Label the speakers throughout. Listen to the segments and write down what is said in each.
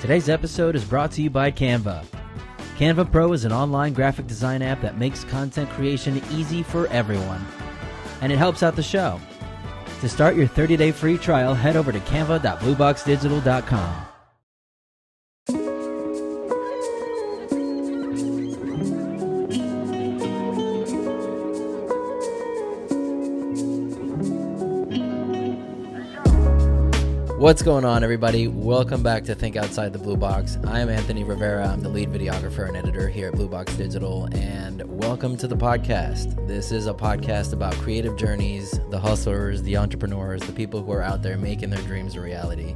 Speaker 1: Today's episode is brought to you by Canva. Canva Pro is an online graphic design app that makes content creation easy for everyone, and it helps out the show. To start your 30 day free trial, head over to canva.blueboxdigital.com. What's going on, everybody? Welcome back to Think Outside the Blue Box. I'm Anthony Rivera. I'm the lead videographer and editor here at Blue Box Digital, and welcome to the podcast. This is a podcast about creative journeys, the hustlers, the entrepreneurs, the people who are out there making their dreams a reality.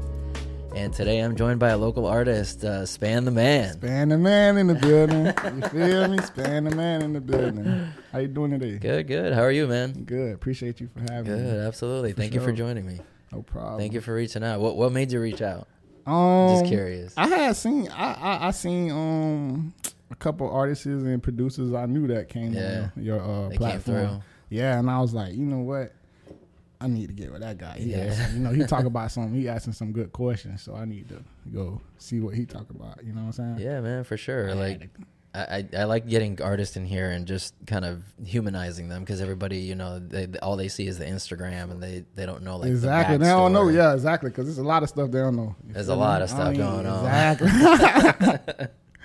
Speaker 1: And today I'm joined by a local artist, uh, Span the Man.
Speaker 2: Span the man in the building. You feel me? Span the man in the building. How you doing today?
Speaker 1: Good, good. How are you, man?
Speaker 2: Good. Appreciate you for having me.
Speaker 1: Good, absolutely. Thank you for
Speaker 2: sure.
Speaker 1: joining me.
Speaker 2: No problem.
Speaker 1: Thank you for reaching out. What what made you reach out?
Speaker 2: Um,
Speaker 1: Just curious.
Speaker 2: I had seen I I, I seen um a couple artists and producers I knew that came
Speaker 1: Yeah.
Speaker 2: on your uh,
Speaker 1: They came
Speaker 2: platform.
Speaker 1: through.
Speaker 2: Yeah, and I was like, you know what? I need to get with that guy. He
Speaker 1: Yeah.
Speaker 2: asking- you know, he talk about something. He asking some good questions, so I need to go see what he talk about. You know what I'm saying?
Speaker 1: Yeah, man, for sure.
Speaker 2: I had
Speaker 1: Like, I, I I like getting artists in here and just kind of humanizing them because everybody, you know, they, all they see is the Instagram and they, they don't know like the
Speaker 2: exactly. They don't know.
Speaker 1: backstory.
Speaker 2: Yeah, exactly. Because there's a lot of stuff they don't know. You
Speaker 1: There's
Speaker 2: feel
Speaker 1: a lot
Speaker 2: me?
Speaker 1: of
Speaker 2: I
Speaker 1: stuff
Speaker 2: mean,
Speaker 1: going on.
Speaker 2: Exactly.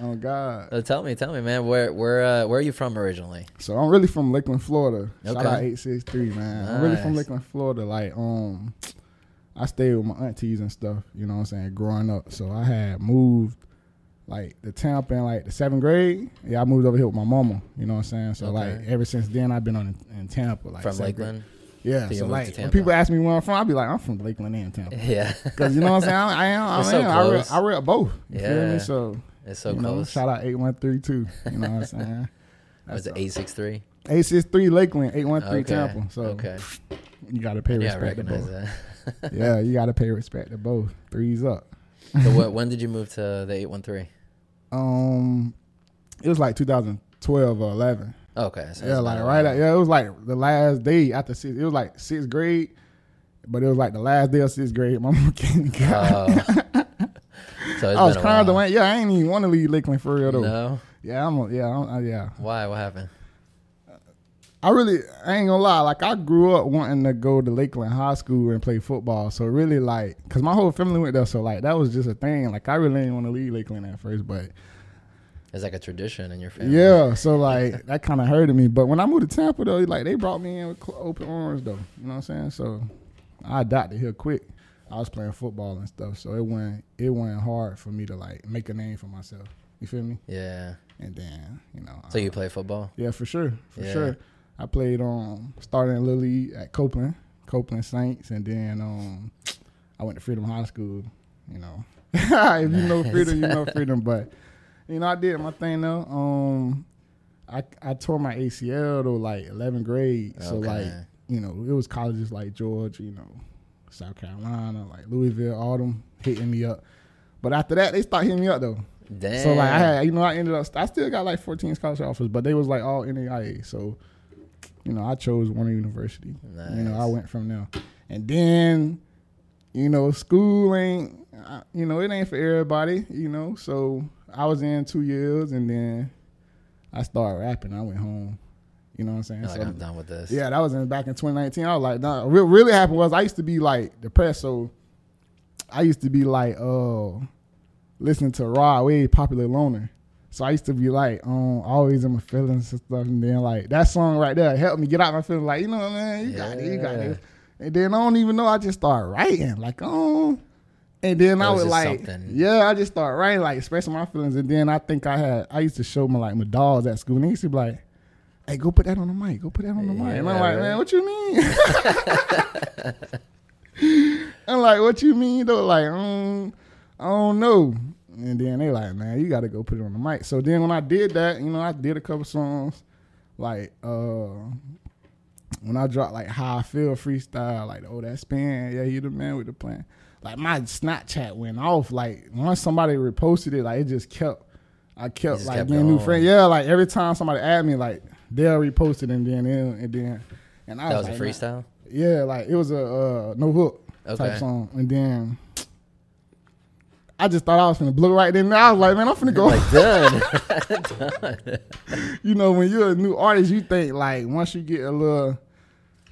Speaker 2: oh God.
Speaker 1: So tell me, tell me, man, where where uh, where are you from originally?
Speaker 2: So I'm really from Lakeland, Florida. Shout
Speaker 1: Okay.
Speaker 2: out eight six three, man. I'm really from
Speaker 1: Nice.
Speaker 2: Lakeland, Florida. Like um, I stayed with my aunties and stuff. You know what I'm saying? Growing up, so I had moved. Like the Tampa in like the seventh grade, yeah, I moved over here with my mama. You know what I'm saying? So like
Speaker 1: Okay. ever
Speaker 2: ever since then, I've been on in Tampa, like
Speaker 1: from
Speaker 2: seventh grade.
Speaker 1: Lakeland?
Speaker 2: Yeah,
Speaker 1: So you
Speaker 2: so
Speaker 1: moved to
Speaker 2: like when
Speaker 1: Tampa.
Speaker 2: people ask me where I'm from, I be like, I'm from Lakeland and Tampa.
Speaker 1: Yeah,
Speaker 2: Cause you know what I'm saying. I am. I
Speaker 1: We're
Speaker 2: am.
Speaker 1: so
Speaker 2: I, read,
Speaker 1: close.
Speaker 2: I read both. You feel
Speaker 1: Yeah.
Speaker 2: me? So,
Speaker 1: it's so
Speaker 2: you know,
Speaker 1: close.
Speaker 2: shout out eight one three two. You know what I'm saying?
Speaker 1: Was it eight six three?
Speaker 2: Eight six three Lakeland, eight one three
Speaker 1: Okay,
Speaker 2: Tampa. So
Speaker 1: okay,
Speaker 2: you gotta pay
Speaker 1: yeah, I
Speaker 2: respect to
Speaker 1: recognize
Speaker 2: both.
Speaker 1: that.
Speaker 2: yeah, you gotta pay respect to both. Threes up.
Speaker 1: so what, when did you move to the eight one three?
Speaker 2: Um, it was like 2012 or 11.
Speaker 1: Okay, so
Speaker 2: yeah,
Speaker 1: it's
Speaker 2: like
Speaker 1: about
Speaker 2: right.
Speaker 1: around-
Speaker 2: At, yeah, it was like the last day after six. It was like sixth grade, but it was like the last day of sixth grade. My mom came. and got me.
Speaker 1: Oh. so it's
Speaker 2: I was
Speaker 1: been a
Speaker 2: kind of
Speaker 1: while.
Speaker 2: like, yeah, I ain't even want to leave Lakeland for real though.
Speaker 1: No,
Speaker 2: Yeah, I'm. a- Yeah, I'm, I, yeah.
Speaker 1: why? What happened?
Speaker 2: I really I ain't gonna lie. Like I grew up wanting to go to Lakeland High School and play football. So really, like, cause my whole family went there. So like, that was just a thing. Like I really didn't want to leave Lakeland at first, but
Speaker 1: It's like a tradition in your family.
Speaker 2: yeah. So like that kind of hurted me. But when I moved to Tampa though, like they brought me in with cl- open arms though. You know what I'm saying? So I adopted here quick. I was playing football and stuff, so it went it went hard for me to like make a name for myself. You feel me?
Speaker 1: Yeah.
Speaker 2: And then you know.
Speaker 1: So
Speaker 2: I-
Speaker 1: you play football?
Speaker 2: Yeah, for sure, for
Speaker 1: Yeah.
Speaker 2: sure. I played um starting in Little League at Copeland, Copeland Saints, and then um I went to Freedom High School. You know, if you know freedom, you know freedom. But you know, I did my thing though. Um, I I tore my ACL though, like 11th grade. So
Speaker 1: Okay.
Speaker 2: like you know, it was colleges like Georgia, you know, South Carolina, like Louisville, all them hitting me up. But after that, they start hitting me up though.
Speaker 1: Damn.
Speaker 2: So like I had, you know, I ended up, I still got like 14 scholarship offers, but they was like all NAIA. So, you know, I chose one university. You know, I
Speaker 1: Nice.
Speaker 2: went from there, and then, you know, school ain't, I- you know, it ain't for everybody. You know, so I was in two years, and then I started rapping. I went home. You know what I'm saying?
Speaker 1: You're like,
Speaker 2: So-
Speaker 1: I'm done with this.
Speaker 2: yeah, that was in back in 2019. I was like, nah. What really happened was I used to be like depressed, so I used to be like, uh, listening to Rod Wave, Popular Loner. So I used to be like, um, always in my feelings and stuff, and then like that song right there helped me get out my feelings. Like, you know, man, you got it, you got
Speaker 1: Yeah.
Speaker 2: it. And then I don't even know. I just started writing, like, um, and then
Speaker 1: It
Speaker 2: I
Speaker 1: was just
Speaker 2: would like,
Speaker 1: something.
Speaker 2: yeah, I just started writing, like expressing my feelings. And then I think I had, I used to show my like my dolls at school, and they used to be like, hey, go put that on the mic. Go put that on the mic. And
Speaker 1: Yeah,
Speaker 2: I'm like,
Speaker 1: right.
Speaker 2: man, what you mean? I'm like, what you mean though? Like, um, I don't know. And then they like, man, you gotta go put it on the mic. So then when I did that, you know, I did a couple songs. Like, uh when I dropped like how I feel freestyle, like, oh that spin, yeah, you the man with the plan. Like my Snapchat went off. Like once somebody reposted it, like it just kept I kept
Speaker 1: just
Speaker 2: like
Speaker 1: kept
Speaker 2: getting new
Speaker 1: going.
Speaker 2: friends. Yeah, like every time somebody add me, like they'll repost it and then they'll- and then and I
Speaker 1: That was a
Speaker 2: like, nah.
Speaker 1: freestyle?
Speaker 2: Yeah, like it was a uh, no hook
Speaker 1: Okay.
Speaker 2: type song, and then I just thought I was gonna blow right then. and I was like, man, I'm finna go.
Speaker 1: Like done. done.
Speaker 2: you know, when you're a new artist, you think like once you get a little,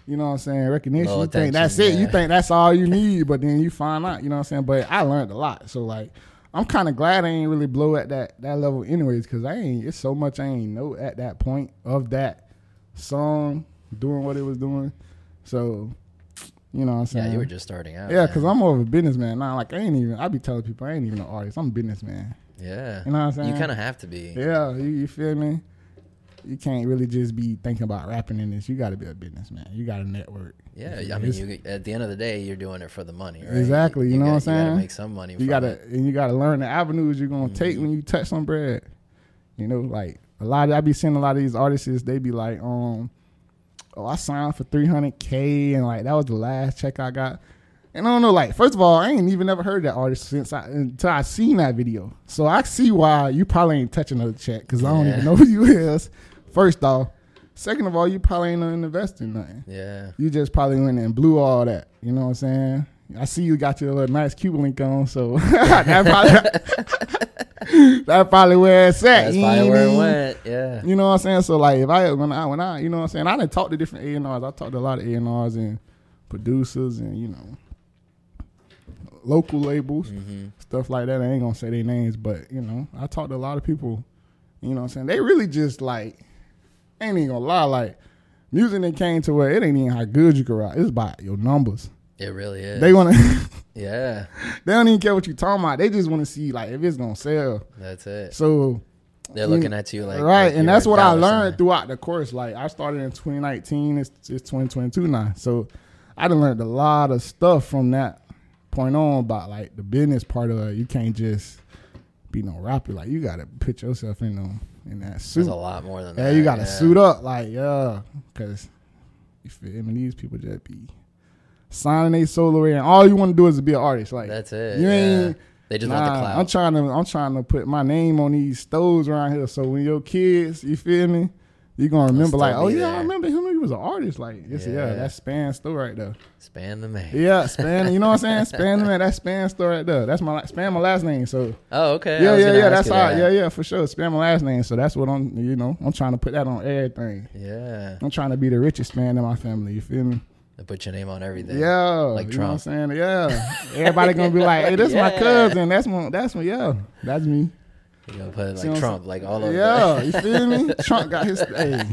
Speaker 2: you know what I'm saying, recognition,
Speaker 1: Little
Speaker 2: you think that's
Speaker 1: attention,
Speaker 2: it. You
Speaker 1: yeah.
Speaker 2: think that's all you need, but then you find out, you know what I'm saying. But I learned a lot, so like I'm kind of glad I ain't really blow at that that level, anyways, because I ain't. It's so much I ain't know at that point of that song doing what it was doing. So, you know what I'm saying.
Speaker 1: Yeah, you were just starting out.
Speaker 2: Uh-huh. Yeah,
Speaker 1: man.
Speaker 2: because I'm more of a businessman now. Like I ain't even. I be telling people I ain't even an artist. I'm a businessman.
Speaker 1: yeah.
Speaker 2: You know what I'm saying?
Speaker 1: You kind of have to be.
Speaker 2: Yeah, you, you feel me? You can't really just be thinking about rapping in this. You got to be a businessman. You got to network.
Speaker 1: Yeah,
Speaker 2: You
Speaker 1: I mean,
Speaker 2: just-
Speaker 1: you, at the end of the day, you're doing it for the money, right?
Speaker 2: Exactly, you know what
Speaker 1: gotta-
Speaker 2: I'm
Speaker 1: You gotta
Speaker 2: saying?
Speaker 1: make some money.
Speaker 2: you
Speaker 1: from
Speaker 2: got
Speaker 1: it. Mm-hmm.
Speaker 2: to and you got to learn the avenues you're gonna take when you touch some bread. You know, like a lot. Of, I be seeing a lot of these artists. They be like, um, oh, I signed for 300k, and like that was the last check I got. And I don't know, like first of all, I ain't even never heard that artist since I until I seen that video. So I see why you probably ain't touching another check because I don't
Speaker 1: Yeah.
Speaker 2: even know who you is. First off, second of all, you probably ain't investing nothing.
Speaker 1: Yeah.
Speaker 2: You just probably went and blew all that. You know what I'm saying? I see you got your little nice Cuban link on, so that probably that probably where it's at.
Speaker 1: That's
Speaker 2: You
Speaker 1: probably where it
Speaker 2: ain't-
Speaker 1: went. Yeah.
Speaker 2: You know what I'm saying? So like, if I when I when I you know what I'm saying, I done talked to different A and R's. I talked to a lot of A and R's and producers and you know local labels
Speaker 1: hmm
Speaker 2: stuff like that. I ain't gonna say their names, but you know, I talked to a lot of people. You know what I'm saying? They really just like ain't even gonna lie, like music that came to where it ain't even how good you can rap. It's about your numbers.
Speaker 1: It really is.
Speaker 2: They wanna
Speaker 1: yeah.
Speaker 2: they don't even care what you talking about. They just wanna see like if it's gonna sell.
Speaker 1: That's it.
Speaker 2: So
Speaker 1: They're
Speaker 2: you-
Speaker 1: looking at you like
Speaker 2: right,
Speaker 1: like
Speaker 2: and
Speaker 1: you're
Speaker 2: that's
Speaker 1: a
Speaker 2: what I
Speaker 1: dollar
Speaker 2: learned
Speaker 1: sign.
Speaker 2: throughout the course. Like I started in 2019, it's, it's 2022 now, so I done learned a lot of stuff from that point on about like the business part of it. You can't just be no rapper. Like you gotta put yourself in them in that
Speaker 1: There's
Speaker 2: suit.
Speaker 1: a lot more than
Speaker 2: Yeah,
Speaker 1: that.
Speaker 2: you gotta suit up. Like yeah, because you feel me. These people just be signing they solo and all you want to do is be an artist. Like
Speaker 1: That's it.
Speaker 2: You
Speaker 1: yeah.
Speaker 2: ain't-
Speaker 1: They just want the clout.
Speaker 2: I'm trying to I'm trying to put my name on these stoves around here. So when your kids, you feel me, you gonna remember
Speaker 1: still
Speaker 2: like, oh
Speaker 1: be
Speaker 2: yeah,
Speaker 1: there.
Speaker 2: I remember him. He was an artist. Like it's, yeah.
Speaker 1: Yeah.
Speaker 2: that's Span store right there.
Speaker 1: Span the man.
Speaker 2: Yeah, Span. you know what I'm saying? Span man, that's Span store right there. That's my la- Span my last name. So
Speaker 1: Oh, okay. I
Speaker 2: yeah,
Speaker 1: was
Speaker 2: yeah,
Speaker 1: gonna
Speaker 2: yeah.
Speaker 1: ask
Speaker 2: That's
Speaker 1: you
Speaker 2: all.
Speaker 1: that.
Speaker 2: Yeah, yeah, for sure. Span my last name. So that's what I'm. You know, I'm trying to put that on everything.
Speaker 1: Yeah.
Speaker 2: I'm trying to be the richest man in my family. You feel me?
Speaker 1: They put your name on everything.
Speaker 2: Yeah,
Speaker 1: Like
Speaker 2: you
Speaker 1: Trump.
Speaker 2: know what I'm saying? Yeah, everybody gonna be like, "Hey, this
Speaker 1: Yeah.
Speaker 2: my cousin. That's my, that's my, yeah, that's me."
Speaker 1: You gonna put
Speaker 2: See what
Speaker 1: like
Speaker 2: I'm
Speaker 1: Trump, like all over.
Speaker 2: Yeah, you feel me? Trump got his. Hey,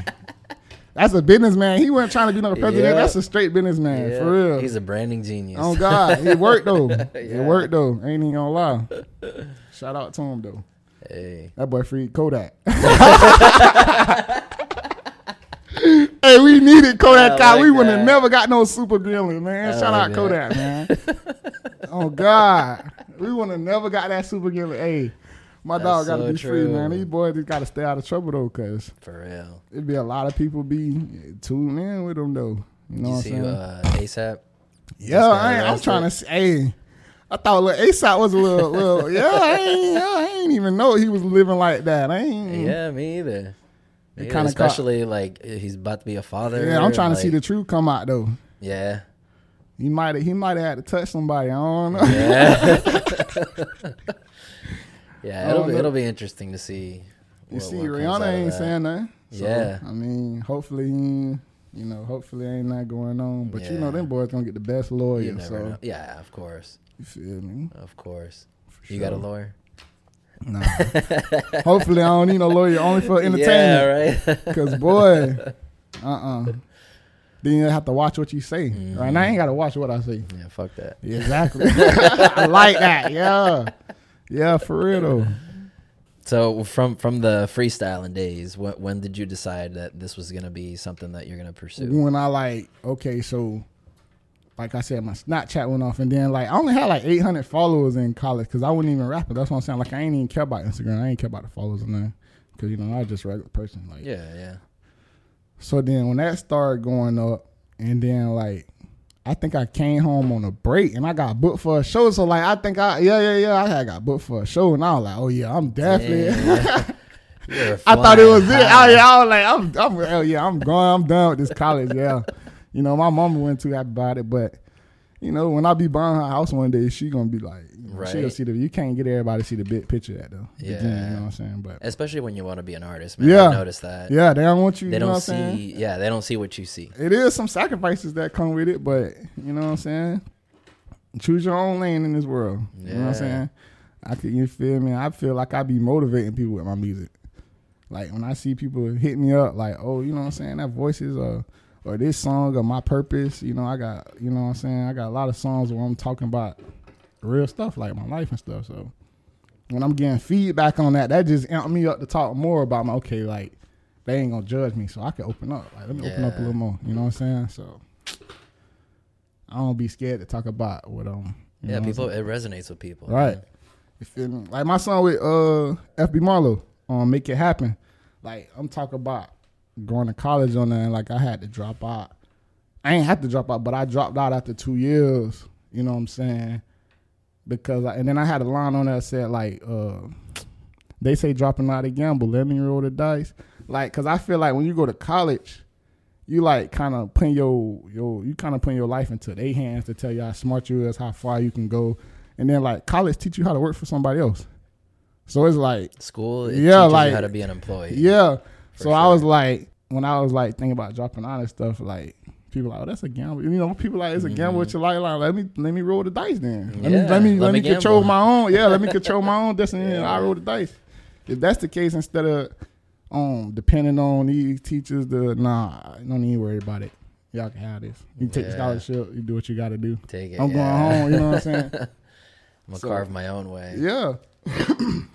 Speaker 2: that's a businessman. He wasn't trying to be no president.
Speaker 1: Yeah.
Speaker 2: That's a straight
Speaker 1: the-
Speaker 2: businessman
Speaker 1: Yeah.
Speaker 2: for real.
Speaker 1: He's a branding genius.
Speaker 2: oh God, it worked though.
Speaker 1: Yeah.
Speaker 2: It worked though. Ain't even gonna lie. Shout out to him though.
Speaker 1: Hey.
Speaker 2: That boy freed Kodak. hey, we needed Kodak.
Speaker 1: I
Speaker 2: Kai.
Speaker 1: like
Speaker 2: we would have
Speaker 1: that.
Speaker 2: never got no super villain, man.
Speaker 1: I
Speaker 2: Shout
Speaker 1: like
Speaker 2: out
Speaker 1: that.
Speaker 2: Kodak, man. oh God, we would have never got that super villain. Hey, my
Speaker 1: That's
Speaker 2: dog got to
Speaker 1: so
Speaker 2: be free, man.
Speaker 1: true.
Speaker 2: These boys just got to stay out of trouble though, cause
Speaker 1: For real.
Speaker 2: it be a lot of people be tuned in with them though. You know
Speaker 1: You
Speaker 2: what I'm
Speaker 1: see
Speaker 2: saying?
Speaker 1: uh, ASAP?
Speaker 2: yeah,
Speaker 1: got
Speaker 2: I ain't, I'm
Speaker 1: arrested?
Speaker 2: trying to. See, hey, I thought little ASAP was a little, little yeah, I ain't, yeah, I ain't even know he was living like that. I ain't.
Speaker 1: Yeah, me either. Me either,
Speaker 2: kinda caught-
Speaker 1: especially like he's about to be a father.
Speaker 2: Yeah, I'm trying to see the
Speaker 1: like-
Speaker 2: truth come out though.
Speaker 1: Yeah,
Speaker 2: He might he might have had to touch somebody. I don't know.
Speaker 1: yeah, yeah.
Speaker 2: I
Speaker 1: It'll
Speaker 2: don't
Speaker 1: be,
Speaker 2: know.
Speaker 1: it'll be interesting to see.
Speaker 2: you
Speaker 1: what-
Speaker 2: see,
Speaker 1: what comes out
Speaker 2: Rihanna
Speaker 1: of
Speaker 2: ain't
Speaker 1: that.
Speaker 2: saying nothing. So,
Speaker 1: Yeah.
Speaker 2: I mean, hopefully, he- you know, hopefully ain't that going on. But you know,
Speaker 1: Yeah.
Speaker 2: them boys gonna get the best
Speaker 1: You
Speaker 2: lawyer.
Speaker 1: never
Speaker 2: Oh, so
Speaker 1: know. Yeah, of course,
Speaker 2: you feel me?
Speaker 1: of course.
Speaker 2: For
Speaker 1: You got a
Speaker 2: sure.
Speaker 1: lawyer?
Speaker 2: Nah. hopefully, I don't need no lawyer only for
Speaker 1: Yeah,
Speaker 2: entertainment.
Speaker 1: right.
Speaker 2: Cause boy, uh uh Then you have to watch what you say.
Speaker 1: Mhm.
Speaker 2: Right now, I ain't gotta watch what I say.
Speaker 1: yeah, fuck that.
Speaker 2: Exactly. I like that. Yeah. Yeah, for real though.
Speaker 1: So from from the freestyling days, when, when did you decide that this was gonna be something that you're gonna pursue?
Speaker 2: when I like okay, so like I said, my Snapchat went off, and then like I only had like 800 followers in college because I wasn't even rapping. That's what I'm saying. Like I ain't even care about Instagram. I ain't care about the followers or nothing because you know I was just a regular person. Like
Speaker 1: Yeah, yeah.
Speaker 2: so then when that started going up, and then like I think I came home on a break and I got booked for a show. So like I think I yeah yeah yeah I had got booked for a show and I was like oh yeah I'm definitely.
Speaker 1: Damn. You're
Speaker 2: I thought it
Speaker 1: flying
Speaker 2: was it.
Speaker 1: high.
Speaker 2: Oh yeah, I was like, I'm, I'm, hell yeah, I'm going. I'm done with this college. Yeah, you know, my mama went too happy about it, but you know, when I be buying her house one day, she gonna be like, you know,
Speaker 1: Right.
Speaker 2: she'll see the. You can't get everybody to see the big picture of that though.
Speaker 1: Yeah.
Speaker 2: you know what I'm saying. But
Speaker 1: especially when you want to be an artist, man.
Speaker 2: Yeah.
Speaker 1: I noticed that.
Speaker 2: yeah, they don't want you.
Speaker 1: They
Speaker 2: you know
Speaker 1: don't
Speaker 2: what
Speaker 1: see.
Speaker 2: I'm saying?
Speaker 1: Yeah, they don't see what you see.
Speaker 2: It is some sacrifices that come with it, but you know what I'm saying. Choose your own lane in this world. You know what
Speaker 1: Yeah.
Speaker 2: I'm saying. I could, you feel me? I feel like I be motivating people with my music. Like when I see people hit me up, like, oh, you know what I'm saying? That voice is a. Or this song or my purpose, you know, I got, you know what I'm saying? I got a lot of songs where I'm talking about real stuff like my life and stuff. So when I'm getting feedback on that, that just amped me up to talk more about my okay, like they ain't gonna judge me, so I can open up. Like let me open up a
Speaker 1: Yeah.
Speaker 2: little more. You know what I'm saying? So I don't be scared to talk about what um you
Speaker 1: yeah,
Speaker 2: know what I'm
Speaker 1: people. It resonates with people.
Speaker 2: Right.
Speaker 1: man.
Speaker 2: you feel me? Like my song with uh FB Marlowe on Make It Happen. Like I'm talking about going to college on that and like I had to drop out. I ain't have to drop out, but I dropped out after two years. You know what I'm saying? Because I, and then I had a line on there that said like uh they say dropping out a gamble, let me roll the dice. Like, cause I feel like when you go to college, you like kind of putting your your you kind of putting your life into their hands to tell you how smart you is, how far you can go, and then like college teach you how to work for somebody else. So it's like
Speaker 1: School. It
Speaker 2: Yeah,
Speaker 1: teaches
Speaker 2: like-
Speaker 1: you how to be an employee.
Speaker 2: yeah.
Speaker 1: For
Speaker 2: So I was
Speaker 1: sure.
Speaker 2: like, when I was like thinking about dropping out and stuff, like people like, oh, that's a gamble. You know, people like it's a gamble with your life. Like, let me let me roll the dice then. Let
Speaker 1: Mm-hmm. Yeah,
Speaker 2: me let me
Speaker 1: let
Speaker 2: let,
Speaker 1: me
Speaker 2: me control
Speaker 1: gamble.
Speaker 2: my own. Yeah, let me control my own destiny.
Speaker 1: Yeah.
Speaker 2: and I roll the dice. If that's the case, instead of um depending on these teachers, the nah, I don't need to worry about it. Y'all can have this. You take the
Speaker 1: Yeah.
Speaker 2: scholarship. You do what you got to do.
Speaker 1: Take it.
Speaker 2: I'm
Speaker 1: yeah.
Speaker 2: going home. You know what I'm saying?
Speaker 1: I'm gonna
Speaker 2: So-
Speaker 1: carve my own way.
Speaker 2: yeah.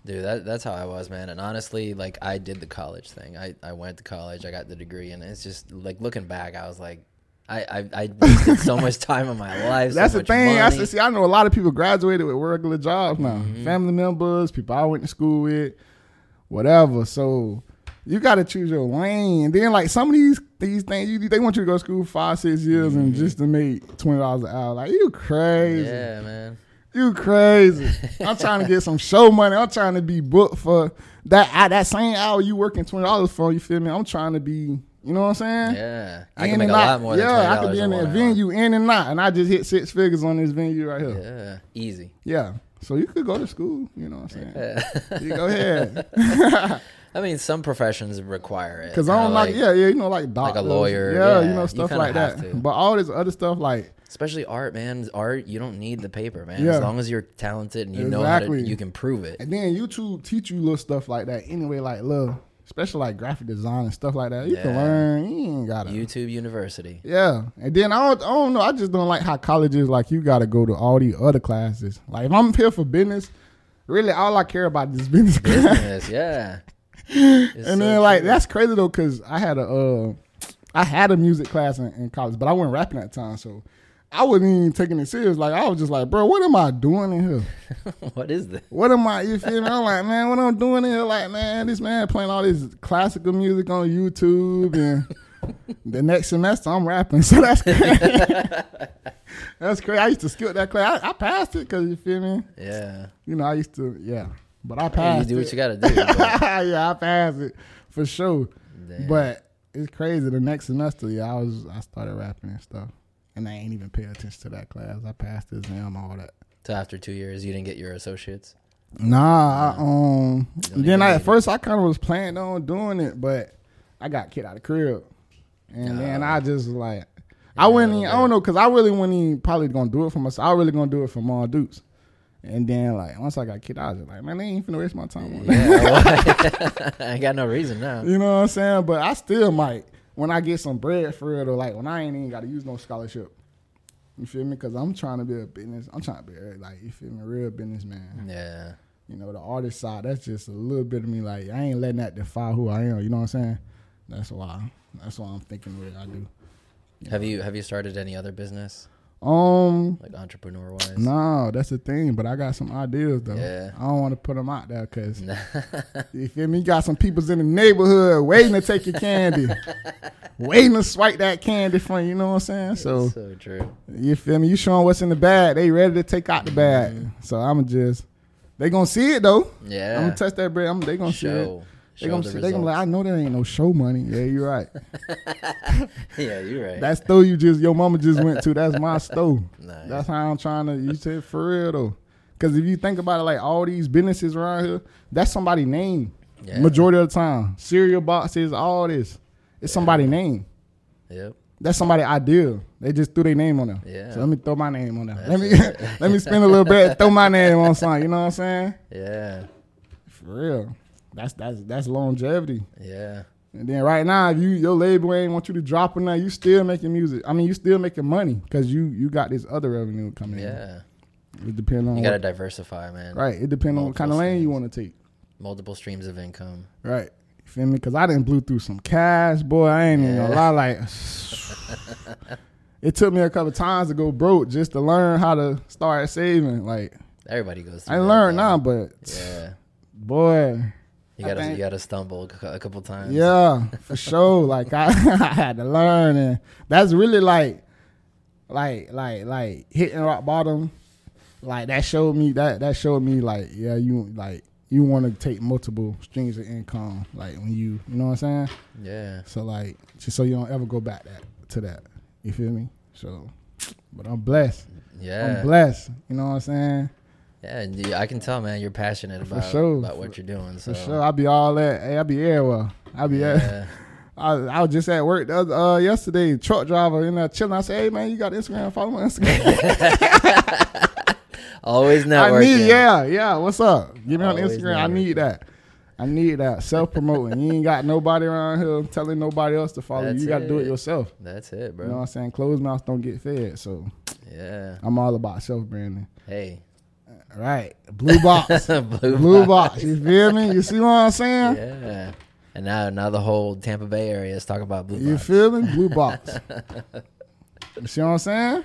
Speaker 1: Dude, that, that's how I was, man. And honestly, like I did the college thing. I, I went to college, I got the degree, and it's just like looking back, I was like, I I, I wasted so much time in my life. so
Speaker 2: That's the
Speaker 1: much
Speaker 2: thing. I
Speaker 1: money. Mm-hmm.
Speaker 2: see. I know a lot of people graduated with regular jobs now. Family members, people I went to school with, whatever. So you got to choose your lane. And then like some of these these things, you, they want you to go to school five six years and just to make twenty dollars an hour. Like you
Speaker 1: Mm-hmm.
Speaker 2: crazy.
Speaker 1: Yeah, man.
Speaker 2: You crazy. I'm trying to get some show money. I'm trying to be booked for that I, that same hour you working twenty dollars for. You feel me? I'm trying to be. You know what I'm saying?
Speaker 1: Yeah, I
Speaker 2: In
Speaker 1: can make
Speaker 2: and
Speaker 1: a
Speaker 2: out.
Speaker 1: lot more.
Speaker 2: Yeah,
Speaker 1: than
Speaker 2: I could be
Speaker 1: $20
Speaker 2: in that
Speaker 1: an hour.
Speaker 2: venue in and out, and I just hit six figures on this venue right here.
Speaker 1: Yeah, easy.
Speaker 2: Yeah. So you could go to school, you know what I'm saying?
Speaker 1: Yeah.
Speaker 2: You go ahead.
Speaker 1: I mean, some professions require it.
Speaker 2: Because I
Speaker 1: kinda
Speaker 2: don't like, yeah, yeah, you know, like doctors.
Speaker 1: lawyer,
Speaker 2: Yeah,
Speaker 1: yeah,
Speaker 2: you know,
Speaker 1: you
Speaker 2: stuff
Speaker 1: kinda
Speaker 2: like
Speaker 1: have
Speaker 2: that.
Speaker 1: to.
Speaker 2: But all this other stuff, like,
Speaker 1: especially art, man. Art, you don't need the paper, man.
Speaker 2: Yeah.
Speaker 1: As long as you're talented and you know how to,
Speaker 2: Exactly.
Speaker 1: you can prove it.
Speaker 2: and then YouTube teach you little stuff like that anyway, like, little, especially like graphic design and stuff like that. You can
Speaker 1: Yeah.
Speaker 2: learn. You ain't got to.
Speaker 1: YouTube University.
Speaker 2: Yeah. And then I don't, I don't know. I just don't like how colleges, like, you got to go to all these other classes. Like, if I'm here for business, really all I care about is business class.
Speaker 1: Business, yeah. It's
Speaker 2: and
Speaker 1: so
Speaker 2: then like
Speaker 1: true.
Speaker 2: that's crazy though, cause I had a uh, I had a music class in, in college, but I wasn't rapping at the time, so I wasn't even taking it serious. Like I was just like, bro, what am I doing in here?
Speaker 1: what is this?
Speaker 2: What am I? You feel me? I'm like, man, what I'm doing in here? Like, man, this man playing all this classical music on YouTube, and the next semester I'm rapping. So that's crazy. that's crazy. I used to skip that class. I, I passed it, cause you feel me?
Speaker 1: Yeah.
Speaker 2: You know, I used to, yeah. But I
Speaker 1: Hey, you
Speaker 2: passed.
Speaker 1: do
Speaker 2: it.
Speaker 1: what you gotta do. but-
Speaker 2: yeah, I passed it for sure.
Speaker 1: Damn.
Speaker 2: But it's crazy. The next semester, yeah, I was I started rapping and stuff, and I ain't even pay attention to that class. I passed the exam, all that.
Speaker 1: so after two years, you didn't get your associates.
Speaker 2: Nah, I, um.
Speaker 1: don't even
Speaker 2: Then I,
Speaker 1: need
Speaker 2: at
Speaker 1: it.
Speaker 2: first I kind of was planning on doing it, but I got kicked out of the crib, and then
Speaker 1: Oh.
Speaker 2: I just was like I wouldn't.
Speaker 1: a
Speaker 2: Even, I
Speaker 1: little
Speaker 2: don't know because I really wasn't even probably gonna do it for myself. I was really gonna do it for my dudes. And then like once I got kicked out, I was just like, man, they ain't finna waste my time on that.
Speaker 1: Yeah, I got no reason now.
Speaker 2: You know what I'm saying? But I still might when I get some bread for it, or like when I ain't even got to use no scholarship. You feel me? Cause I'm trying to be a business. I'm trying to be a, like you feel me, real
Speaker 1: Mm-hmm.
Speaker 2: businessman.
Speaker 1: Yeah,
Speaker 2: You know the artist side. That's just a little bit of me. Like I ain't letting that define who I am. You know what I'm saying? That's why. That's why I'm thinking what I do.
Speaker 1: have you have you started any other business
Speaker 2: Um,
Speaker 1: like entrepreneur wise?
Speaker 2: no, that's the thing. But I got some ideas though.
Speaker 1: Yeah.
Speaker 2: I don't want to put them out there because You feel me? You got some peoples in the neighborhood waiting to take your candy, waiting to swipe that candy from you. You know what I'm saying? So
Speaker 1: so true.
Speaker 2: you feel me? You showing what's in the bag. They ready to take out the
Speaker 1: Mm-hmm.
Speaker 2: bag. So I'm just, they gonna see it though. I'm
Speaker 1: Yeah,
Speaker 2: gonna touch that bread. I'm, they gonna see it.
Speaker 1: show
Speaker 2: They
Speaker 1: Show
Speaker 2: gonna,
Speaker 1: the
Speaker 2: see- they gonna be like,
Speaker 1: results.
Speaker 2: I know that ain't no show money. Yeah, you're right.
Speaker 1: yeah, you're right.
Speaker 2: That store you just your mama just went to, that's my store.
Speaker 1: Nice.
Speaker 2: That's how I'm trying to you said for real though. Cause if you think about it, like all these businesses around here, that's somebody name.
Speaker 1: Yeah.
Speaker 2: Majority of the time. Cereal boxes, all this. It's somebody name.
Speaker 1: yep.
Speaker 2: That's somebody idea. They just threw their name on there.
Speaker 1: Yeah.
Speaker 2: So let me throw my name on there. let me let me spend a little bit, and throw my name on something. You know what I'm saying?
Speaker 1: Yeah.
Speaker 2: For real. That's that's that's longevity.
Speaker 1: Yeah.
Speaker 2: And then right now, if you your label ain't want you to drop or nothing, you still making music. I mean, you still making money because you you got this other revenue coming
Speaker 1: Yeah.
Speaker 2: in. It depends on
Speaker 1: You
Speaker 2: what-
Speaker 1: gotta diversify, man.
Speaker 2: Mm. right. It depends on what kind of
Speaker 1: Multiple
Speaker 2: lane you
Speaker 1: streams.
Speaker 2: want to take.
Speaker 1: Multiple streams of income.
Speaker 2: Right. You feel me? Because I didn't blew through some cash, boy. I ain't even gonna
Speaker 1: Yeah.
Speaker 2: lie. Like, it took me a couple times to go broke just to learn how to start saving. Like,
Speaker 1: Everybody goes. through
Speaker 2: I
Speaker 1: that,
Speaker 2: learned
Speaker 1: though.
Speaker 2: now, but
Speaker 1: Yeah.
Speaker 2: boy,
Speaker 1: You
Speaker 2: I
Speaker 1: gotta
Speaker 2: think-
Speaker 1: you gotta stumble a cou- a couple times.
Speaker 2: Yeah, for sure. Like I, I had to learn, and that's really like, like, like, like hitting rock bottom. Like that showed me that that showed me like yeah you like you want to take multiple streams of income like when you you know what I'm saying.
Speaker 1: Yeah.
Speaker 2: So like just so you don't ever go back that to that. You feel me? So, but I'm blessed. I'm
Speaker 1: Yeah.
Speaker 2: blessed. You know what I'm saying?
Speaker 1: Yeah. And you- I can tell, man, you're passionate about
Speaker 2: sure.
Speaker 1: about what you're doing. So.
Speaker 2: For sure. I'll be all that. Hey, I'll be everywhere. I'll be yeah.
Speaker 1: Yeah.
Speaker 2: I, I was just at work the other, uh, yesterday, truck driver, and uh, chilling. I said, "Hey man, you got Instagram? Follow me on Instagram."
Speaker 1: Always
Speaker 2: I
Speaker 1: networking.
Speaker 2: need, yeah, yeah. What's up? Get me on
Speaker 1: Always
Speaker 2: Instagram. I need that. I need that self promoting. you ain't got nobody around here telling nobody else to follow. you.
Speaker 1: That's
Speaker 2: you got to do
Speaker 1: it.
Speaker 2: it yourself.
Speaker 1: That's it,
Speaker 2: You know what
Speaker 1: bro.
Speaker 2: I'm saying? Closed mouths don't get fed. So
Speaker 1: Yeah.
Speaker 2: I'm all about self branding.
Speaker 1: Hey.
Speaker 2: All right, blue box,
Speaker 1: Blue.
Speaker 2: blue box. You feel me? You see what I'm saying?
Speaker 1: Yeah. And now now the whole Tampa Bay area is talking about blue.
Speaker 2: You
Speaker 1: box.
Speaker 2: feel me? Blue box. you see what I'm saying?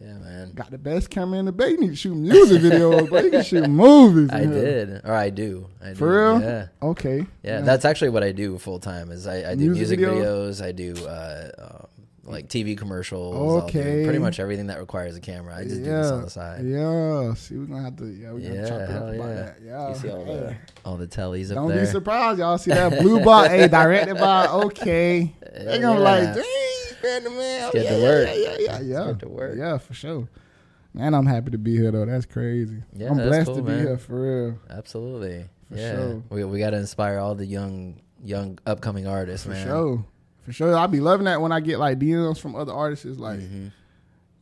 Speaker 1: yeah, man.
Speaker 2: Got the best camera in the bay. You need to shoot music videos, but you can shoot movies.
Speaker 1: I
Speaker 2: you know.
Speaker 1: did, or I do. I do.
Speaker 2: For real?
Speaker 1: Yeah.
Speaker 2: Okay.
Speaker 1: Yeah, that's actually what I do full time. Is I, I do music,
Speaker 2: Music
Speaker 1: videos. I do uh, um, like TV commercials. I'll do
Speaker 2: Okay.
Speaker 1: pretty much everything that requires a camera. I just do this on the side.
Speaker 2: Yeah. See, we're gonna have to. Yeah, we're gonna
Speaker 1: Yeah,
Speaker 2: chop it
Speaker 1: hell
Speaker 2: up about
Speaker 1: yeah.
Speaker 2: that. Yeah.
Speaker 1: You see all the
Speaker 2: Hey,
Speaker 1: all the tellies up
Speaker 2: Don't
Speaker 1: there.
Speaker 2: be surprised, y'all. See that blue box? hey, directed by. Okay. They gonna be
Speaker 1: yeah.
Speaker 2: like, dang, Brandon man.
Speaker 1: get
Speaker 2: Oh, yeah,
Speaker 1: to work.
Speaker 2: Yeah, yeah, yeah, yeah.
Speaker 1: get to work.
Speaker 2: Yeah, for sure. Man, I'm happy to be here though. That's crazy.
Speaker 1: Yeah,
Speaker 2: I'm
Speaker 1: that's
Speaker 2: blessed
Speaker 1: cool,
Speaker 2: to be
Speaker 1: man.
Speaker 2: here for real.
Speaker 1: Absolutely.
Speaker 2: For
Speaker 1: yeah.
Speaker 2: sure.
Speaker 1: We we got to inspire all the young young upcoming artists,
Speaker 2: For
Speaker 1: man.
Speaker 2: sure. For sure. I be loving that when I get like DMs from other artists like
Speaker 1: Mhm.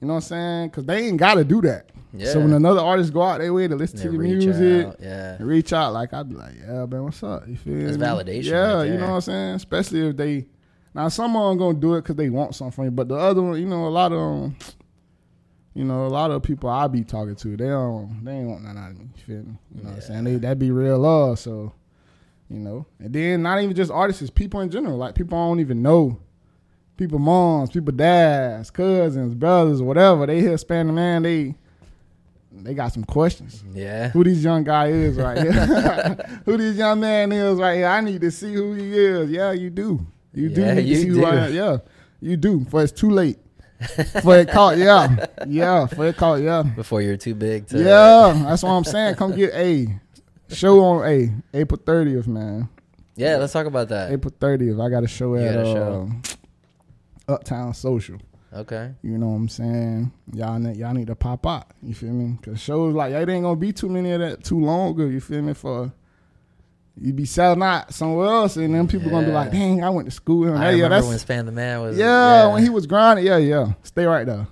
Speaker 2: You know what I'm saying? Because they ain't got to do that.
Speaker 1: Yeah.
Speaker 2: So when another artist go out their way to listen
Speaker 1: And
Speaker 2: to
Speaker 1: they
Speaker 2: your
Speaker 1: reach
Speaker 2: music
Speaker 1: out. Yeah.
Speaker 2: and reach out, like I'd be like, yeah, man, what's up? You feel
Speaker 1: That's
Speaker 2: me?
Speaker 1: validation
Speaker 2: Yeah,
Speaker 1: right
Speaker 2: you
Speaker 1: there.
Speaker 2: know what I'm saying? Especially if they now some of them gonna do it because they want something from you, but the other one, you know, a lot of them, you know, a lot of people I be talking to, they don't, they ain't want nothing out of me. You feel me? You know what I'm saying? They, that be real love. So, you know, and then not even just artists, it's people in general. Like people I don't even know people moms, people dads, cousins, brothers, whatever. They hear Spanish man, they they got some questions.
Speaker 1: Yeah.
Speaker 2: Who this young guy is right here? who this young man is right here? I need to see who he is. Yeah, you do. You do
Speaker 1: Yeah,
Speaker 2: need to
Speaker 1: you
Speaker 2: see who I
Speaker 1: do.
Speaker 2: am. Yeah, you do. For it's too late. For it caught, yeah, yeah. For it caught, yeah,
Speaker 1: Before you're too big to.
Speaker 2: yeah. That's what I'm saying. Come get a show on a April 30th, man.
Speaker 1: Yeah. Let's talk about that.
Speaker 2: April 30th, I got a show
Speaker 1: You
Speaker 2: at
Speaker 1: got a
Speaker 2: uh,
Speaker 1: show.
Speaker 2: Uptown Social.
Speaker 1: Okay.
Speaker 2: You know what I'm saying? Y'all need, y'all need to pop out. You feel me? Cause shows like it ain't gonna be too many of that too long. You feel me? For you be selling out somewhere else, and then people gonna be
Speaker 1: Yeah.
Speaker 2: like, "Dang, I went to school." And
Speaker 1: I
Speaker 2: Oh, yeah,
Speaker 1: remember
Speaker 2: that's
Speaker 1: when Span the Man was.
Speaker 2: yeah, When he was grinding, yeah, yeah. Stay right there.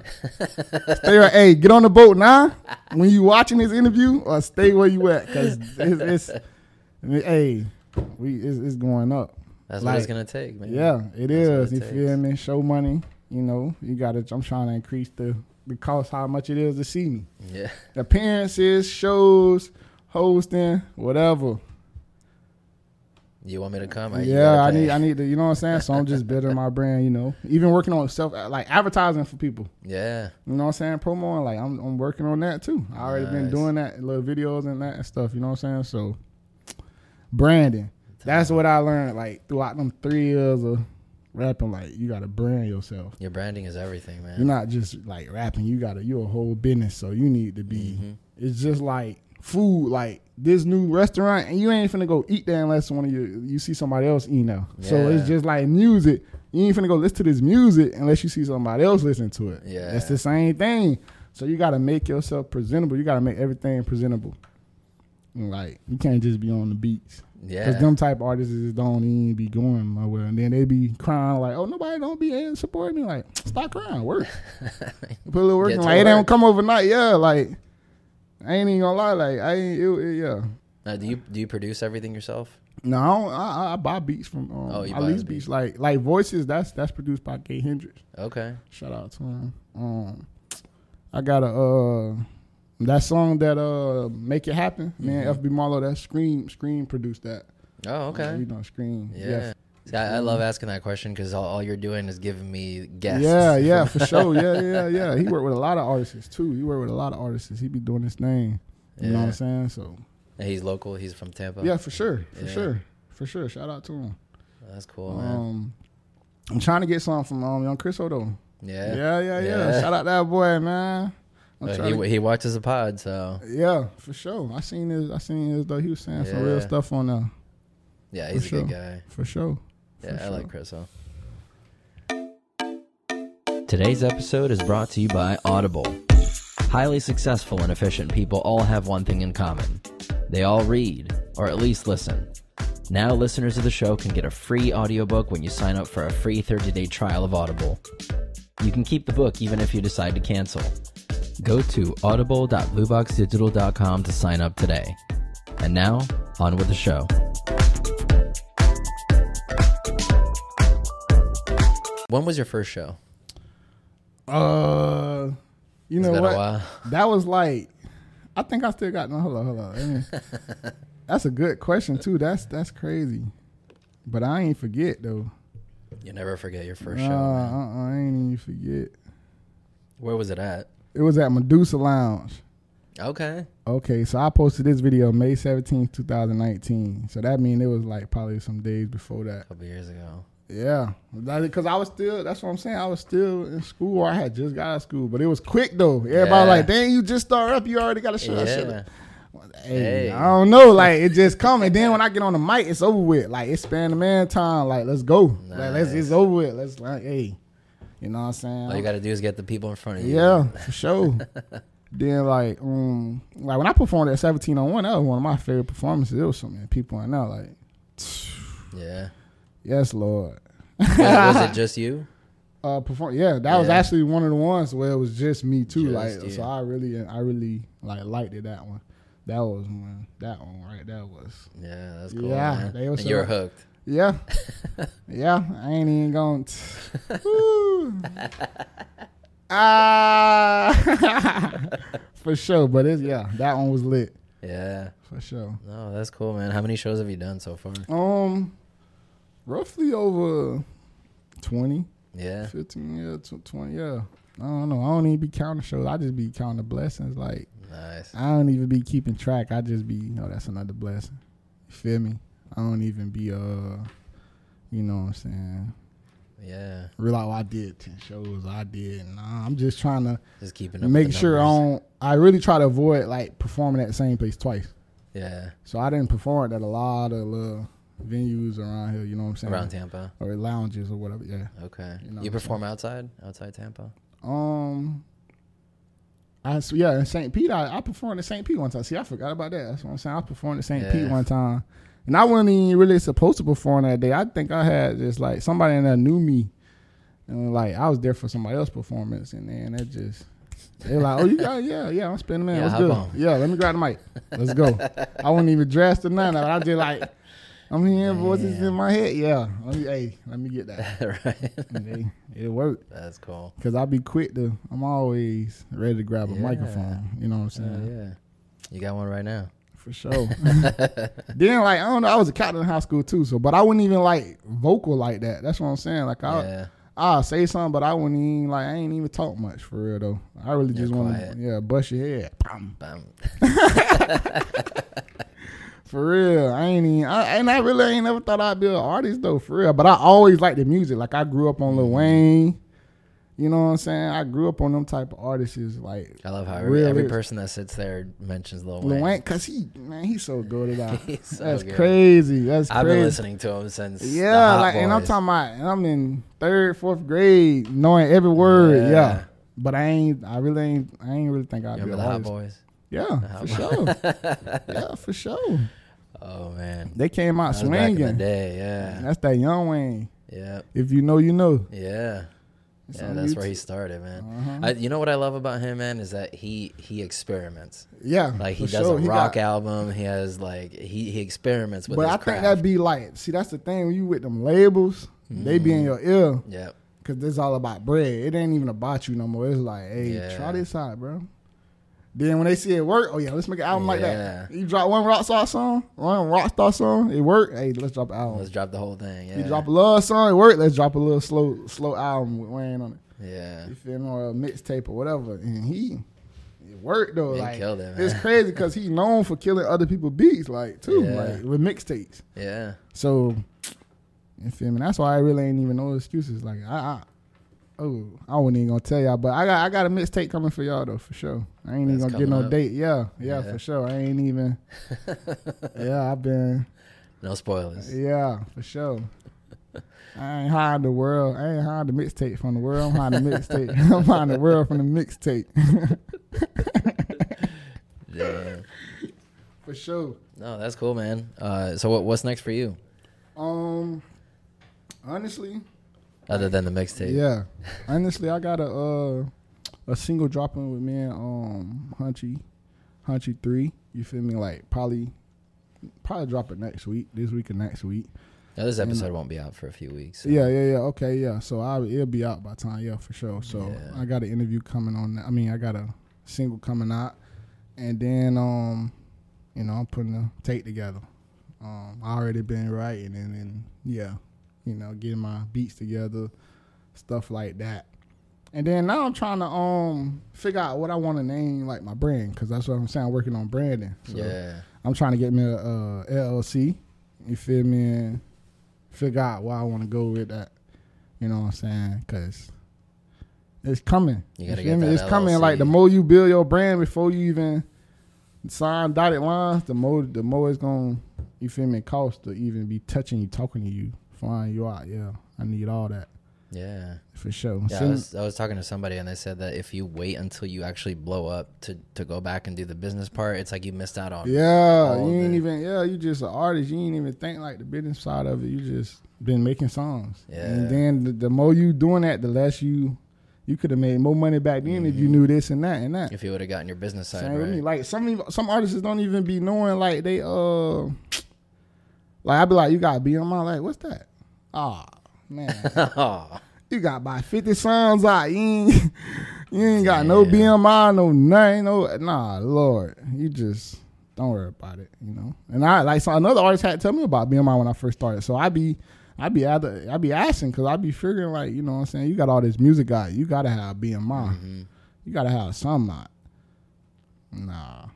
Speaker 2: stay right. Hey, get on the boat now. When you watching this interview, or stay where you at, cause it's, it's I mean, hey, we it's, it's going up.
Speaker 1: That's what it's
Speaker 2: like-
Speaker 1: gonna take, man.
Speaker 2: Yeah, it
Speaker 1: That's
Speaker 2: is.
Speaker 1: what it
Speaker 2: You feel
Speaker 1: takes.
Speaker 2: me? Show money. You know, you got to. I'm trying to increase the the cost. How much it is to see me?
Speaker 1: Yeah.
Speaker 2: Appearances, shows, hosting, whatever.
Speaker 1: You want me to come? I- you
Speaker 2: yeah,
Speaker 1: gotta
Speaker 2: I
Speaker 1: pay.
Speaker 2: need. I need to. You know what I'm saying? So I'm just building my brand. You know, even working on self like advertising for people.
Speaker 1: Yeah.
Speaker 2: You know what I'm saying? Promoing like I'm. I'm working on that too. I already been
Speaker 1: Nice.
Speaker 2: doing that little videos and that and stuff. You know what I'm saying? So branding. That's what I learned like throughout them three years of rapping. Like you got to brand yourself.
Speaker 1: Your branding is everything, man.
Speaker 2: You're not just like rapping. You got to you a whole business, so you need to be.
Speaker 1: Mhm.
Speaker 2: It's just like food like this new restaurant, and you ain't finna go eat there unless one of you you see somebody else eating there. So
Speaker 1: Yeah.
Speaker 2: it's just like music. You ain't finna go listen to this music unless you see somebody else listen to it.
Speaker 1: Yeah.
Speaker 2: that's the same thing. So you gotta make yourself presentable. You gotta make everything presentable. Like you can't just be on the beats.
Speaker 1: Yeah.
Speaker 2: Cause them type artists just don't even be going nowhere, and then they be crying like, "Oh, nobody don't be in support me." Like, stop crying, work. Put a little work
Speaker 1: Get
Speaker 2: in.
Speaker 1: to
Speaker 2: Like, it
Speaker 1: work.
Speaker 2: don't come overnight. Yeah, like I ain't even gonna lie. Like, I ain't. It, it- yeah.
Speaker 1: Now, do you do you produce everything yourself?
Speaker 2: No, I, don't, I, I- I buy beats from. Um,
Speaker 1: Oh, you
Speaker 2: I
Speaker 1: buy
Speaker 2: lease
Speaker 1: the beats.
Speaker 2: beats. Like, like voices. That's that's produced by Gay Hendrix.
Speaker 1: Okay.
Speaker 2: Shout out to him. Um, I got a uh, that song that uh, make it happen.
Speaker 1: Mm-hmm.
Speaker 2: Man, FB Marlowe. That Scream. Scream produced that.
Speaker 1: Oh, okay.
Speaker 2: We don't Scream.
Speaker 1: Yeah. See, I, I
Speaker 2: Mm-hmm.
Speaker 1: love asking that question because all, all you're doing is giving me guests.
Speaker 2: Yeah, yeah, for sure. Yeah, yeah, yeah. He worked with a lot of artists too. He worked with a lot of artists. He be doing his thing. You know what
Speaker 1: Yeah.
Speaker 2: I'm saying? So
Speaker 1: And he's local. He's from Tampa.
Speaker 2: yeah, for sure, for
Speaker 1: Yeah.
Speaker 2: sure, for sure. Shout out to him.
Speaker 1: That's cool, man.
Speaker 2: Um, I'm trying to get something from um, Young Chris Odo.
Speaker 1: Yeah.
Speaker 2: Yeah, yeah, yeah.
Speaker 1: Yeah.
Speaker 2: Shout out that boy, man. I'm
Speaker 1: But
Speaker 2: trying to-
Speaker 1: he, he watches the pod, so
Speaker 2: yeah, for sure. I seen his. I seen his though. He was saying some
Speaker 1: Yeah.
Speaker 2: real stuff on there
Speaker 1: yeah,
Speaker 2: For
Speaker 1: he's a good
Speaker 2: sure.
Speaker 1: guy.
Speaker 2: for sure. For
Speaker 1: Yeah, I
Speaker 2: sure.
Speaker 1: like Chris. Huh? Today's episode is brought to you by Audible. Highly successful and efficient people all have one thing in common they all read, or at least listen. Now, listeners of the show can get a free audiobook when you sign up for a free 30 day trial of Audible. You can keep the book even if you decide to cancel. Go to audible.blueboxdigital.com to sign up today. And now, on with the show. When was your first show?
Speaker 2: Uh, you know
Speaker 1: It's been
Speaker 2: what?
Speaker 1: a while.
Speaker 2: That was like, I think I still got no. Hello, hello. I mean, that's a good question too. That's that's crazy, but I ain't forget though.
Speaker 1: You never forget your first
Speaker 2: Nah,
Speaker 1: show. man.
Speaker 2: uh-uh, I ain't even forget.
Speaker 1: Where was it at?
Speaker 2: It was at Medusa Lounge.
Speaker 1: Okay.
Speaker 2: Okay, so I posted this video May seventeenth, two 2019. So that means it was like probably some days before that.
Speaker 1: A couple years ago.
Speaker 2: Yeah, because I was still. That's what I'm saying. I was still in school. Or I had just got out of school, but it was quick though. Everybody
Speaker 1: Yeah.
Speaker 2: like, dang, you just start up. You already got a show. I shoulda-
Speaker 1: yeah.
Speaker 2: Hey,
Speaker 1: Hey.
Speaker 2: I don't know. Like it just come, and then when I get on the mic, it's over with. Like it's span the man time. Like let's go. Like let's
Speaker 1: Nice.
Speaker 2: it's over with. Let's like hey, you know what I'm saying?
Speaker 1: All you got to do is get the people in front of you.
Speaker 2: yeah, for sure. then like um like when I performed at 1701, that was one of my favorite performances. It was so many people in there. Like
Speaker 1: Yeah.
Speaker 2: yes, Lord.
Speaker 1: Was, was it just you?
Speaker 2: Uh, perform. Yeah, that was
Speaker 1: Yeah.
Speaker 2: actually one of the ones where it was just me too.
Speaker 1: Just
Speaker 2: like
Speaker 1: you.
Speaker 2: so, I really I really like liked it that one. That was one. That one right. That was.
Speaker 1: Yeah, that's cool.
Speaker 2: Yeah,
Speaker 1: man.
Speaker 2: they was
Speaker 1: And you were
Speaker 2: so-
Speaker 1: hooked.
Speaker 2: Yeah. yeah, I ain't even going to. Woo. Ah, for sure. But it's, yeah, that one was lit.
Speaker 1: Yeah.
Speaker 2: For sure.
Speaker 1: No, that's cool, man. How many shows have you done so far?
Speaker 2: Um, Roughly over 20,
Speaker 1: Yeah.
Speaker 2: 15, yeah, tw- 20, yeah. I don't know. I don't even be counting shows. I just be counting the blessings. Like,
Speaker 1: Nice.
Speaker 2: I don't even be keeping track. I just be, you know, that's another blessing. You feel me? I don't even be, uh, you know what I'm saying?
Speaker 1: Yeah.
Speaker 2: realize "Oh, I did ten shows. I did. Nah, I'm just trying to
Speaker 1: Just keeping up. with
Speaker 2: make
Speaker 1: the
Speaker 2: sure I
Speaker 1: numbers.
Speaker 2: don't. I really try to avoid like performing at the same place twice.
Speaker 1: Yeah.
Speaker 2: So I didn't perform at a lot of little venues around here. You know what I'm saying?
Speaker 1: Around Tampa.
Speaker 2: or lounges or whatever. Yeah.
Speaker 1: Okay.
Speaker 2: You know
Speaker 1: you
Speaker 2: what I'm
Speaker 1: perform outside? Outside Tampa?
Speaker 2: Um. I so yeah in St. Pete I, I performed at St. Pete one time. See, I forgot about that. That's what I'm saying. I performed at St.
Speaker 1: Yeah.
Speaker 2: Pete one time, and I wasn't even really supposed to perform that day. I think I had just like somebody in there knew me, and like I was there for somebody else's performance, and then that just they're like, oh you got yeah yeah I'm spinning man
Speaker 1: Yeah,
Speaker 2: what's
Speaker 1: hop
Speaker 2: good
Speaker 1: on.
Speaker 2: yeah let me grab the mic let's go. I wasn't even dressed or nothing. I was just like I'm hearing voices
Speaker 1: Damn.
Speaker 2: in my head. Yeah, let me hey let me get that.
Speaker 1: right.
Speaker 2: And they, it worked.
Speaker 1: That's cool.
Speaker 2: Cause I be quick to, I'm always ready to grab a
Speaker 1: Yeah.
Speaker 2: microphone. You know what I'm
Speaker 1: Oh,
Speaker 2: saying?
Speaker 1: yeah. You got one right now.
Speaker 2: For sure. then like I don't know, I was a captain in high school too, so but I wouldn't even like vocal like that. That's what I'm saying. Like I,
Speaker 1: yeah.
Speaker 2: I say something, but I wouldn't even like I ain't even talk much for real though. I really
Speaker 1: You're
Speaker 2: just want
Speaker 1: quiet.
Speaker 2: to yeah bust your head. Bam.
Speaker 1: Bam.
Speaker 2: For real, I ain't even, I, and I really ain't
Speaker 1: Mm-hmm.
Speaker 2: never thought I'd be an artist though. For real, but I always liked the music. Like I grew up on Lil Wayne. You know what I'm saying? I grew up on them type of artists. is Like
Speaker 1: I love how every,
Speaker 2: Real
Speaker 1: every
Speaker 2: is-
Speaker 1: person that sits there mentions Lil Wayne.
Speaker 2: Lil Wayne, cause he man, he's so good out.
Speaker 1: He's so
Speaker 2: That's
Speaker 1: good.
Speaker 2: crazy. That's
Speaker 1: I've
Speaker 2: crazy.
Speaker 1: been listening to him since. the
Speaker 2: Yeah,
Speaker 1: Hot
Speaker 2: like, and I'm
Speaker 1: Boys.
Speaker 2: talking about, and I'm in third, fourth grade, knowing every word. Yeah.
Speaker 1: Yeah.
Speaker 2: But I ain't, I really ain't, I ain't really think I'd
Speaker 1: You
Speaker 2: be
Speaker 1: remember
Speaker 2: an
Speaker 1: the Hot
Speaker 2: artist.
Speaker 1: Boys?
Speaker 2: Yeah, for sure. yeah, for sure.
Speaker 1: Oh man,
Speaker 2: They came out
Speaker 1: that was back in the
Speaker 2: swinging.
Speaker 1: day. Yeah,
Speaker 2: That's that young Wayne.
Speaker 1: yeah,
Speaker 2: If you know, you know.
Speaker 1: yeah.
Speaker 2: It's
Speaker 1: Yeah,
Speaker 2: on
Speaker 1: that's where
Speaker 2: YouTube.
Speaker 1: he started, man.
Speaker 2: Uh-huh.
Speaker 1: I, you know what I love about him, man, is that he he experiments.
Speaker 2: Yeah,
Speaker 1: Like he
Speaker 2: for
Speaker 1: does
Speaker 2: sure.
Speaker 1: a
Speaker 2: He
Speaker 1: rock
Speaker 2: got-
Speaker 1: album. He has like he he experiments with
Speaker 2: But
Speaker 1: his
Speaker 2: I think
Speaker 1: craft.
Speaker 2: that'd be like, see, that's the thing when you with them labels, they be in
Speaker 1: Mm.
Speaker 2: your ear
Speaker 1: Yep.
Speaker 2: because it's all about bread. It ain't even about you no more. It's like, hey,
Speaker 1: Yeah.
Speaker 2: try this out, bro. Then when they see it work, oh yeah, let's make an album like that.
Speaker 1: Yeah.
Speaker 2: You drop one rock star song, one rock star song, it worked. Hey, let's drop an album.
Speaker 1: Let's drop the whole thing. Yeah.
Speaker 2: You drop a love song, it worked. Let's drop a little slow, slow album with Wayne on it.
Speaker 1: yeah.
Speaker 2: You feel me? Or a mixtape or whatever. And he, it worked though.
Speaker 1: He
Speaker 2: like
Speaker 1: killed it,
Speaker 2: it's
Speaker 1: man.
Speaker 2: crazy because he known for killing other people beats, like too,
Speaker 1: Yeah.
Speaker 2: like with mixtapes.
Speaker 1: Yeah.
Speaker 2: So, you feel me? That's why I really ain't even no excuses. Like I, I oh, I wasn't even gonna tell y'all, but I got I got a mixtape coming for y'all though for sure. I ain't even
Speaker 1: That's
Speaker 2: gonna get no
Speaker 1: coming up.
Speaker 2: date. Yeah, yeah,
Speaker 1: Yeah.
Speaker 2: for sure. I ain't even. yeah, I've been.
Speaker 1: No spoilers.
Speaker 2: Yeah, for sure. I ain't hiding the world. I ain't hiding the mixtape from the world. I'm hiding the mixtape. I'm hiding the world from the mixtape
Speaker 1: Yeah.
Speaker 2: for sure.
Speaker 1: No, that's cool, man. Uh, so what what's next for you
Speaker 2: Um, honestly,
Speaker 1: other than the mixtape?
Speaker 2: Yeah. Honestly, I got a uh a single dropping with me and um Hunchy, Hunchy three. You feel me? Like probably probably drop it next week, this week or next week.
Speaker 1: Now,
Speaker 2: Mm.
Speaker 1: this episode won't be out for a few weeks. so-
Speaker 2: Yeah, yeah, yeah. Okay, yeah. So I it'll be out by time, yeah, for sure. So
Speaker 1: Yeah.
Speaker 2: I got an interview coming on. I mean, I got a single coming out, and then um, you know, I'm putting a tape together. Um, I already been writing and then yeah, you know, getting my beats together, stuff like that. And then now I'm trying to um figure out what I want to name like my brand because that's what I'm saying. I'm working on branding. So
Speaker 1: Yeah.
Speaker 2: I'm trying to get me a uh, LLC. You feel me? And figure out where I want to go with that. You know what I'm saying? Cause it's coming.
Speaker 1: You gotta
Speaker 2: feel
Speaker 1: get
Speaker 2: me?
Speaker 1: that
Speaker 2: It's coming. Like the
Speaker 1: LLC.
Speaker 2: more you build your brand before you even sign dotted lines, the more the more it's gonna you feel me cost to even be touching you, talking to you, flying you out. Yeah, I need all that
Speaker 1: Yeah.
Speaker 2: for sure.
Speaker 1: Yeah, I
Speaker 2: Send-
Speaker 1: was, I was talking to somebody and they said that if you wait until you actually blow up to, to go back and do the business part, it's like you missed out on.
Speaker 2: Yeah,
Speaker 1: all
Speaker 2: you ain't
Speaker 1: day.
Speaker 2: even. Yeah, you just an artist. You ain't even think like the business side of it. You just been making songs.
Speaker 1: Yeah.
Speaker 2: And then the, the more you doing that, the less you you could have made more money back then if you knew this and that and that.
Speaker 1: If you would have gotten your business side
Speaker 2: Same with me.
Speaker 1: Mm-hmm. right.
Speaker 2: Like some even- some artists don't even be knowing like they uh like I be like you got to be on my like what's that? Ah man.
Speaker 1: Aw.
Speaker 2: You got about 50 songs out. You ain't, you ain't got no
Speaker 1: Damn.
Speaker 2: BMI, no nothing. No, nah, Lord. You just don't worry about it, you know? And I, like, so another artist had to tell me about BMI when I first started. So I be, I be, either, I be asking because I be figuring, like, you know what I'm saying? You got all this music out. You got to have BMI.
Speaker 1: Mm. Mm-hmm.
Speaker 2: You got to have some out. Nah,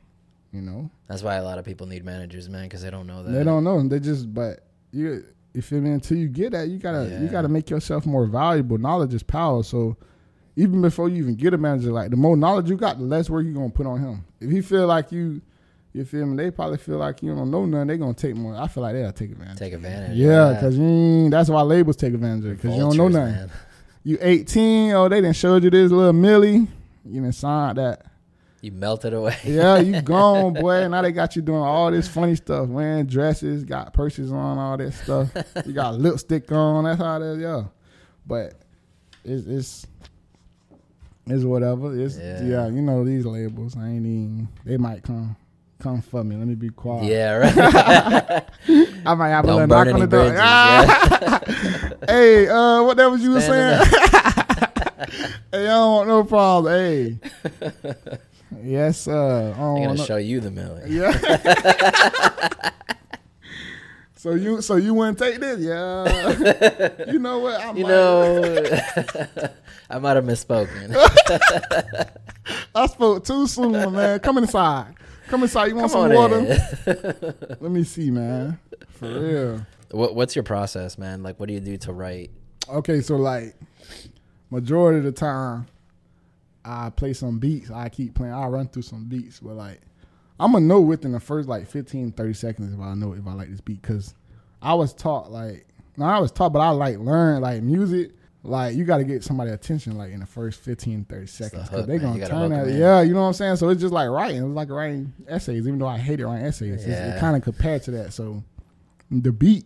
Speaker 2: you know?
Speaker 1: That's why a lot of people need managers, man, because they don't know that.
Speaker 2: They don't know. They just but you you feel me? Until you get that, you gotta you
Speaker 1: Yeah.
Speaker 2: gotta make yourself more valuable. Knowledge is power. So even before you even get a manager, like the more knowledge you got, the less work you gonna put on him. If he feel like you you feel me, they probably feel like you don't know nothing, they gonna take more. I feel like they'll take advantage.
Speaker 1: take advantage. of
Speaker 2: yeah,
Speaker 1: that.
Speaker 2: because that's why labels take advantage of because you don't know
Speaker 1: Vultures,
Speaker 2: nothing.
Speaker 1: man.
Speaker 2: You 18, oh, they didn't showed you this little Millie. You didn't sign that.
Speaker 1: You melted away.
Speaker 2: Yeah, you gone, boy. Now they got you doing all this funny stuff, wearing dresses, got purses on, all that stuff. You got lipstick on. That's how it is, yeah. But it's it's it's whatever. It's
Speaker 1: Yeah.
Speaker 2: yeah. you know these labels. I ain't even. They might come come for me. Let me be quiet.
Speaker 1: Yeah, right.
Speaker 2: I might have a little
Speaker 1: don't
Speaker 2: knock
Speaker 1: burn any
Speaker 2: on the door.
Speaker 1: bridges.
Speaker 2: Ah!
Speaker 1: yeah.
Speaker 2: hey, uh, what that was you were saying?
Speaker 1: Stand
Speaker 2: hey, I don't want no problem. Hey. yes, sir. I don't
Speaker 1: I'm
Speaker 2: want
Speaker 1: gonna
Speaker 2: no-
Speaker 1: show you the million.
Speaker 2: Yeah. so you so you wouldn't take this? Yeah. you know what? I
Speaker 1: You
Speaker 2: might-
Speaker 1: know, I might have misspoken.
Speaker 2: I spoke too soon, man. Come inside. Come inside. You want
Speaker 1: Come on
Speaker 2: some water?
Speaker 1: in.
Speaker 2: Let me see, man. For real.
Speaker 1: What, what's your process, man? Like, what do you do to write?
Speaker 2: Okay, so like majority of the time, I play some beats. I keep playing. I run through some beats, but like I'm gonna know within the first like 15, 30 seconds if I know if I like this beat because I was taught like no, I was taught, but I like learn like music. Like you got to get somebody attention like in the first 15, 30 seconds because
Speaker 1: hook,
Speaker 2: they
Speaker 1: man. You
Speaker 2: gonna
Speaker 1: gotta
Speaker 2: turn
Speaker 1: hook 'em
Speaker 2: that.
Speaker 1: in.
Speaker 2: Yeah, you know what I'm saying. So it's just like writing. It's like writing essays, even though I hated writing essays. It's,
Speaker 1: Yeah.
Speaker 2: it kind of compared to that. So the beat,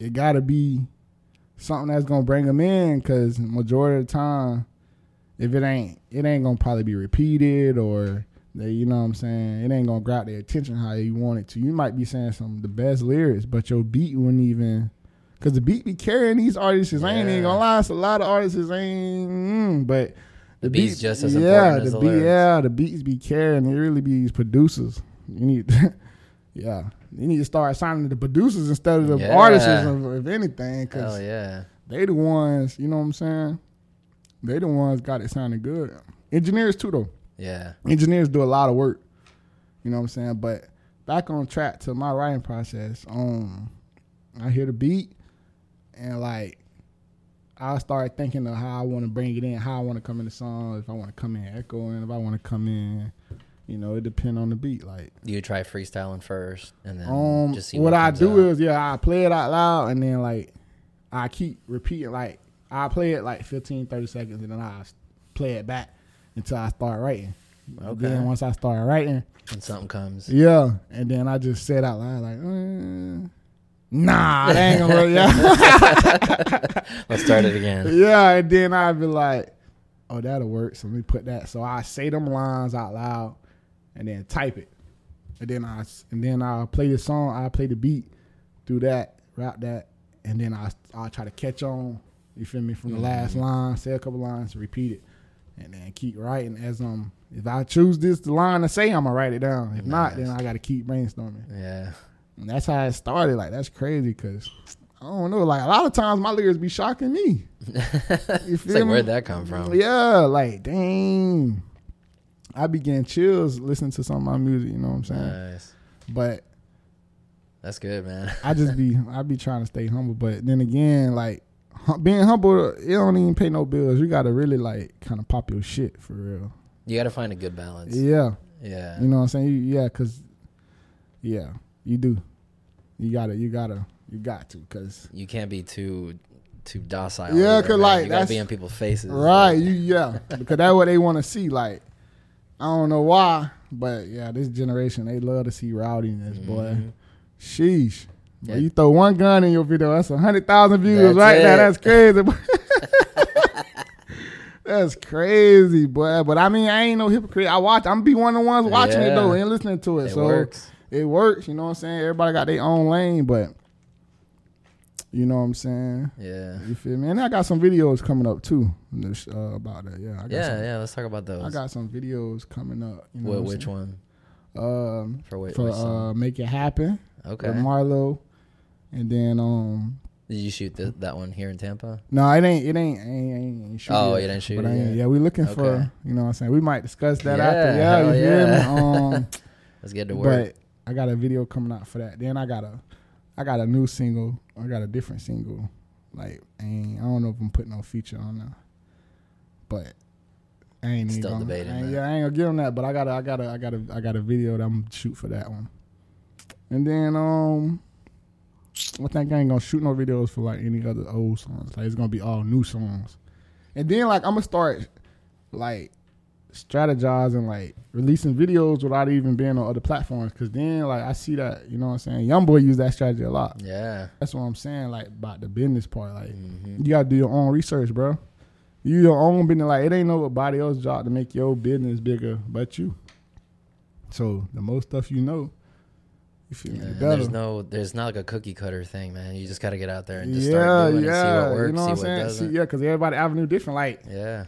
Speaker 2: it got to be something that's gonna bring them in because majority of the time if it ain't it ain't gonna probably be repeated or they, you know what I'm saying it ain't gonna grab their attention how you want it to. You might be saying some of the best lyrics, but your beat wouldn't even because the beat be carrying these artists. I ain't even
Speaker 1: Yeah.
Speaker 2: gonna lie, it's a lot of artists is ain't, mm, but
Speaker 1: The beat's just as
Speaker 2: yeah,
Speaker 1: important as
Speaker 2: the
Speaker 1: the
Speaker 2: beat,
Speaker 1: lyrics.
Speaker 2: yeah, the beats be carrying. It really be these producers. You need, yeah, you need to start signing the producers instead of the
Speaker 1: Yeah.
Speaker 2: artists, if, if anything, because
Speaker 1: Hell yeah.
Speaker 2: they the ones, you know what I'm saying? They the ones got it sounding good. Engineers too though.
Speaker 1: Yeah.
Speaker 2: Engineers do a lot of work. You know what I'm saying? But back on track to my writing process, um I hear the beat and like I start thinking of how I want to bring it in, how I want to come in the song, if I want to come in echoing, if I want to come in, you know, it depend on the beat. Like
Speaker 1: You try freestyling first and then
Speaker 2: um,
Speaker 1: Mm, just see
Speaker 2: what,
Speaker 1: what,
Speaker 2: I
Speaker 1: comes
Speaker 2: do
Speaker 1: out.
Speaker 2: is yeah, I play it out loud and then like I keep repeating like I play it like 15, 30 seconds and then I s- play it back until I start writing.
Speaker 1: Okay.
Speaker 2: Then once I start writing,
Speaker 1: when something comes.
Speaker 2: yeah, and then I just said out loud like, uh, nah, that ain't gonna work. Yeah,
Speaker 1: Let's start it again.
Speaker 2: yeah, and then I'd be like, oh, that'll work. So let me put that. So I say them lines out loud and then type it. And then I s- and then I play the song. I play the beat, do that, rap that, and then I I try to catch on. You feel me from the last line, say a couple lines, repeat it, and then keep writing as um. If I choose this line to say, I'm gonna write it down. If not, then I gotta keep brainstorming.
Speaker 1: Yeah.
Speaker 2: And that's how it started. Like that's crazy because I don't know. Like a lot of times my lyrics be shocking me. You
Speaker 1: It's
Speaker 2: feel
Speaker 1: like,
Speaker 2: me?
Speaker 1: where'd that come from?
Speaker 2: Yeah, like dang. I be getting chills listening to some of my music. You know what I'm saying?
Speaker 1: Nice.
Speaker 2: But
Speaker 1: That's good, man.
Speaker 2: I just be I be trying to stay humble. But then again, like hum- being humble, it don't even pay no bills. You gotta really like kind of pop your shit for real.
Speaker 1: You got to find a good balance.
Speaker 2: Yeah. Mm.
Speaker 1: Yeah.
Speaker 2: You know what I'm saying? You, yeah, cause yeah, you do. You gotta, you gotta, you got to, cause
Speaker 1: You can't be too too docile.
Speaker 2: Yeah,
Speaker 1: either,
Speaker 2: 'cause,
Speaker 1: man.
Speaker 2: like,
Speaker 1: you gotta
Speaker 2: that's-
Speaker 1: be in people's faces.
Speaker 2: right, you yeah, because that's what they want to see. Like, I don't know why, but yeah, this generation they love to see rowdiness, boy.
Speaker 1: Mhm.
Speaker 2: Sheesh.
Speaker 1: Yeah.
Speaker 2: Boy, you throw one gun in your video, that's a hundred thousand
Speaker 1: That's
Speaker 2: views right now.
Speaker 1: it.
Speaker 2: That's crazy. boy. that's crazy, boy. But I mean, I ain't no hypocrite. I watch. I'm be one of the ones watching it
Speaker 1: Yeah.
Speaker 2: though and listening to it.
Speaker 1: It
Speaker 2: so
Speaker 1: works.
Speaker 2: it works. You know what I'm saying? Everybody got their own lane, but you know what I'm saying.
Speaker 1: Yeah.
Speaker 2: You feel me? And I got some videos coming up too this, uh, about that. Yeah, I got
Speaker 1: Yeah,
Speaker 2: Some,
Speaker 1: yeah. Let's talk about those.
Speaker 2: I got some videos coming up. You know
Speaker 1: Wh-
Speaker 2: what I'm
Speaker 1: which one?
Speaker 2: saying? Um,
Speaker 1: For which,
Speaker 2: for
Speaker 1: which song?
Speaker 2: uh, make it happen
Speaker 1: Okay.
Speaker 2: with Marlo, and then um,
Speaker 1: Did you shoot th- that one here in Tampa?
Speaker 2: no, it ain't, it ain't, ain't, ain't, ain't shoot
Speaker 1: Oh,
Speaker 2: yet,
Speaker 1: you didn't shoot
Speaker 2: but
Speaker 1: it
Speaker 2: I ain't-
Speaker 1: yet.
Speaker 2: Yeah, we looking
Speaker 1: Okay.
Speaker 2: for. You know what I'm saying? We might discuss that after.
Speaker 1: Yeah,
Speaker 2: Yeah, you
Speaker 1: hell
Speaker 2: feel me? Um,
Speaker 1: Let's get to work.
Speaker 2: But I got a video coming out for that. Then I got a, I got a new single. I got a different single. Like ain't, I don't know if I'm putting no feature on that, but I ain't even
Speaker 1: Still
Speaker 2: gonna,
Speaker 1: debating
Speaker 2: I ain't,
Speaker 1: that.
Speaker 2: yeah, I ain't gonna give them that. But I got a, I got a, I got a, I got a video that I'm gonna shoot for that one. And then um, I think I ain't gonna shoot no videos for like any other old songs. Like it's gonna be all new songs. And then like I'm gonna start like strategizing like releasing videos without even being on other platforms because then like i see that you know what i'm saying young boy use that strategy a lot
Speaker 1: yeah.
Speaker 2: that's what i'm saying like about the business part like
Speaker 1: hmm
Speaker 2: you gotta do your own research bro you your own business like it ain't nobody else's job to make your business bigger but you so the most stuff you know you feel
Speaker 1: Yeah,
Speaker 2: me
Speaker 1: and
Speaker 2: better
Speaker 1: there's no, there's not like a cookie cutter thing, man. You just gotta get out there and just
Speaker 2: yeah
Speaker 1: start doing it, see
Speaker 2: yeah
Speaker 1: what works,
Speaker 2: you know
Speaker 1: see
Speaker 2: what i'm
Speaker 1: what
Speaker 2: saying see,
Speaker 1: doesn't.
Speaker 2: yeah because everybody avenue different like
Speaker 1: yeah,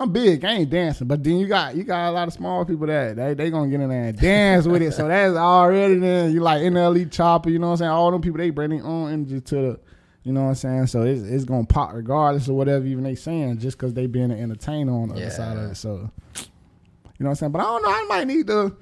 Speaker 2: I'm big. I ain't dancing. But then you got you got a lot of small people that they they gonna get in there and dance with it. So that's already then you like in the elite chopper. You know what I'm saying? All them people they bring their own energy to the. You know what I'm saying? So it's it's gonna pop regardless of whatever even they saying, just because they being an entertainer on the
Speaker 1: Yeah.
Speaker 2: other side of it. So you know what I'm saying? But I don't know. I might need to.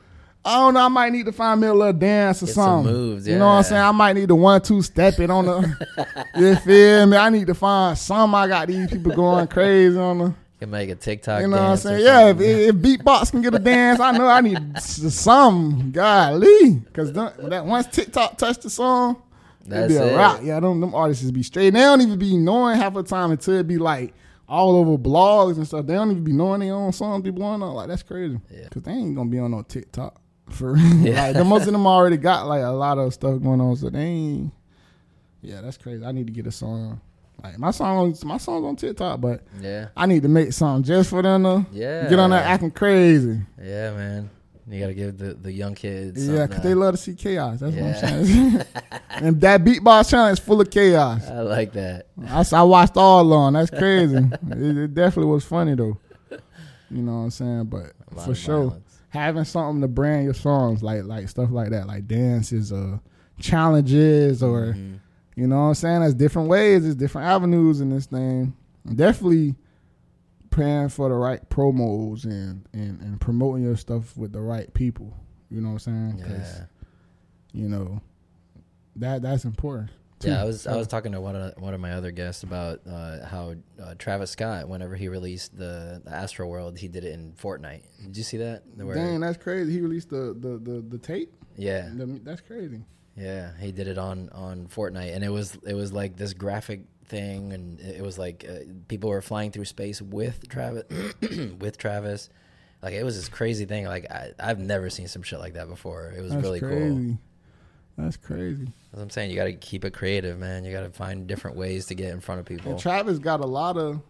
Speaker 2: I don't know. I might need to find me a little dance or
Speaker 1: Get some
Speaker 2: something.
Speaker 1: moves,
Speaker 2: You know what
Speaker 1: yeah.
Speaker 2: I'm saying? I might need to one two step it on the. you feel me? I need to find some. I got these people going crazy on the.
Speaker 1: Can make a TikTok.
Speaker 2: You know what I'm
Speaker 1: dance or
Speaker 2: saying? Yeah, if,
Speaker 1: something.
Speaker 2: if beatbox can get a dance, I know I need s- some. Golly, because that once TikTok touched the song,
Speaker 1: That's
Speaker 2: it be a
Speaker 1: it.
Speaker 2: rock. Yeah, them, them artists just be straight. They don't even be knowing half the time until it be like all over blogs and stuff. They don't even be knowing their own songs be blowing up. Like that's crazy.
Speaker 1: Yeah.
Speaker 2: Cause they ain't gonna be on no TikTok for real. like the most of them already got like a lot of stuff going on, so they ain't. Yeah, that's crazy. I need to get a song. Like my songs, my songs on TikTok, but
Speaker 1: Yeah,
Speaker 2: I need to make something just for them to
Speaker 1: Yeah.
Speaker 2: get on there acting crazy.
Speaker 1: yeah, man. You gotta give the, the young kids.
Speaker 2: Yeah, 'cause
Speaker 1: something
Speaker 2: they
Speaker 1: to-
Speaker 2: love to see chaos. That's what
Speaker 1: Yeah.
Speaker 2: I'm saying. and that beatbox channel is full of chaos.
Speaker 1: I like that.
Speaker 2: I, s- I watched all along. That's crazy. it, it definitely was funny though. You know what I'm saying? But
Speaker 1: A lot
Speaker 2: for
Speaker 1: of
Speaker 2: sure,
Speaker 1: violence.
Speaker 2: having something to brand your songs like like stuff like that, like dances or challenges or
Speaker 1: Mhm.
Speaker 2: You know what I'm saying? There's different ways, there's different avenues in this thing. Definitely praying for the right promos and, and, and promoting your stuff with the right people. You know what I'm saying? 'Cause,
Speaker 1: Yeah.
Speaker 2: You know, that that's important. too.
Speaker 1: Yeah, I was I was talking to one of one of my other guests about uh, how uh, Travis Scott, whenever he released the, the Astro World, he did it in Fortnite. Did you see that? Where-
Speaker 2: Dang, that's crazy. He released the the the, the tape.
Speaker 1: yeah,
Speaker 2: The- that's crazy.
Speaker 1: yeah, he did it on on Fortnite, and it was it was like this graphic thing, and it it was like uh, people were flying through space with Travis, with Travis. Like it was this crazy thing. Like I, I've never seen some shit like that before. It was
Speaker 2: That's
Speaker 1: really cool.
Speaker 2: crazy. That's crazy.
Speaker 1: That's what I'm saying. You got to keep it creative, man. You got to find different ways to get in front of people.
Speaker 2: And Travis got a lot of.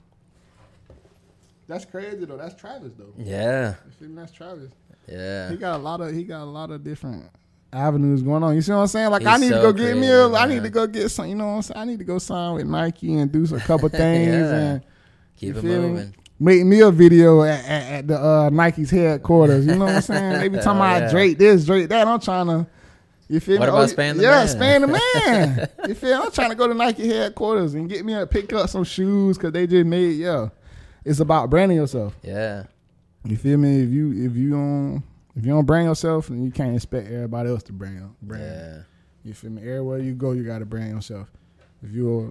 Speaker 2: That's crazy though. That's Travis though.
Speaker 1: Yeah,
Speaker 2: You feel me? That's Travis.
Speaker 1: yeah.
Speaker 2: He got a lot of he got a lot of different avenues going on. You see what I'm saying? Like I
Speaker 1: He's
Speaker 2: need to
Speaker 1: so
Speaker 2: go get me a,
Speaker 1: creative,
Speaker 2: I
Speaker 1: man.
Speaker 2: need to go get some. You know what I'm saying? I need to go sign with Nike and do a couple things
Speaker 1: Yeah.
Speaker 2: and
Speaker 1: Keep
Speaker 2: You
Speaker 1: it
Speaker 2: feel me?
Speaker 1: moving.
Speaker 2: make me a video at, at, at the uh, Nike's headquarters. You know what I'm saying? They be talking
Speaker 1: Oh,
Speaker 2: about
Speaker 1: yeah.
Speaker 2: Drake this, Drake that. I'm trying to. You feel
Speaker 1: What
Speaker 2: me?
Speaker 1: about
Speaker 2: you-
Speaker 1: Span the
Speaker 2: yeah,
Speaker 1: Man?
Speaker 2: span the man. you feel? I'm trying to go to Nike headquarters and get me a pick up some shoes because they just made. Yeah, it's about branding yourself.
Speaker 1: Yeah.
Speaker 2: You feel me? If you if you don't if you don't brand yourself, then you can't expect everybody else to brand. brand.
Speaker 1: Yeah.
Speaker 2: You feel me? Everywhere you go, you gotta brand yourself. If you're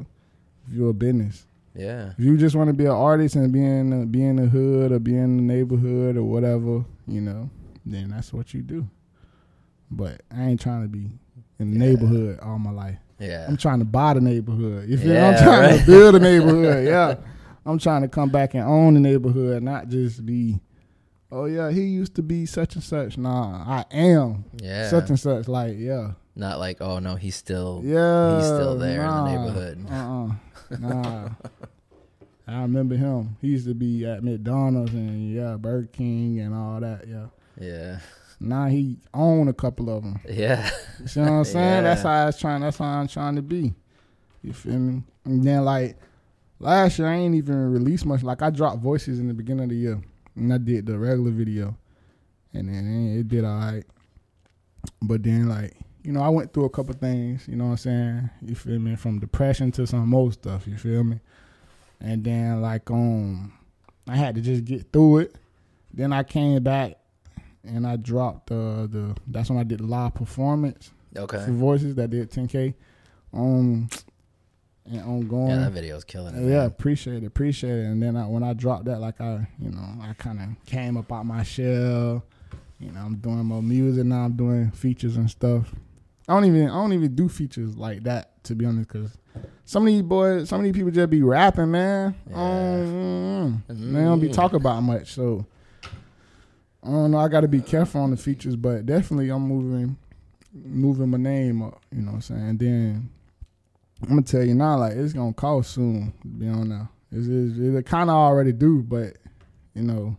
Speaker 2: if you're a business,
Speaker 1: Yeah.
Speaker 2: if you just want to be an artist and be in the, be in the hood or be in the neighborhood or whatever, you know, then that's what you do. But I ain't trying to be in the
Speaker 1: Yeah.
Speaker 2: neighborhood all my life.
Speaker 1: Yeah.
Speaker 2: I'm trying to buy the neighborhood. You feel me? I'm
Speaker 1: Yeah,
Speaker 2: trying
Speaker 1: right.
Speaker 2: to build a neighborhood. yeah. I'm trying to come back and own the neighborhood, not just be, oh yeah, he used to be such and such. Nah, I am
Speaker 1: Yeah.
Speaker 2: such and such. Like, yeah.
Speaker 1: Not like, oh no, he's still
Speaker 2: Yeah.
Speaker 1: he's still there
Speaker 2: nah.
Speaker 1: in the neighborhood.
Speaker 2: Uh-uh. Nah. I remember him. He used to be at McDonald's and yeah, Burger King and all that. Yeah.
Speaker 1: Yeah.
Speaker 2: Now he own a couple of them.
Speaker 1: Yeah.
Speaker 2: You see what I'm saying? That's
Speaker 1: Yeah.
Speaker 2: how I was trying. That's how I'm trying to be. You feel me? And then like last year, I ain't even released much. Like I dropped voices in the beginning of the year, and I did the regular video, and then it- it did all right. But then like you know, I went through a couple things. You know what I'm saying? You feel me? From depression to some old stuff. You feel me? And then like um, I had to just get through it. Then I came back. And I dropped uh, the. That's when I did live performance
Speaker 1: Okay.
Speaker 2: for voices that did 10k um and ongoing
Speaker 1: Yeah,
Speaker 2: yeah,
Speaker 1: that video's killing it.
Speaker 2: yeah
Speaker 1: man.
Speaker 2: appreciate it appreciate it and then I, when i dropped that like i you know i kind of came up out my shell you know i'm doing more music now i'm doing features and stuff i don't even i don't even do features like that to be honest because some of these boys some of these people just be rapping man
Speaker 1: Yeah.
Speaker 2: um, mm, they don't be
Speaker 1: Mm.
Speaker 2: talking about much so i don't know i gotta be careful on the features but definitely i'm moving moving my name up, you know what I'm saying? Then I'm gonna tell you now, like it's gonna cost soon, to be on now. It's, it's, it kinda already do, but you know,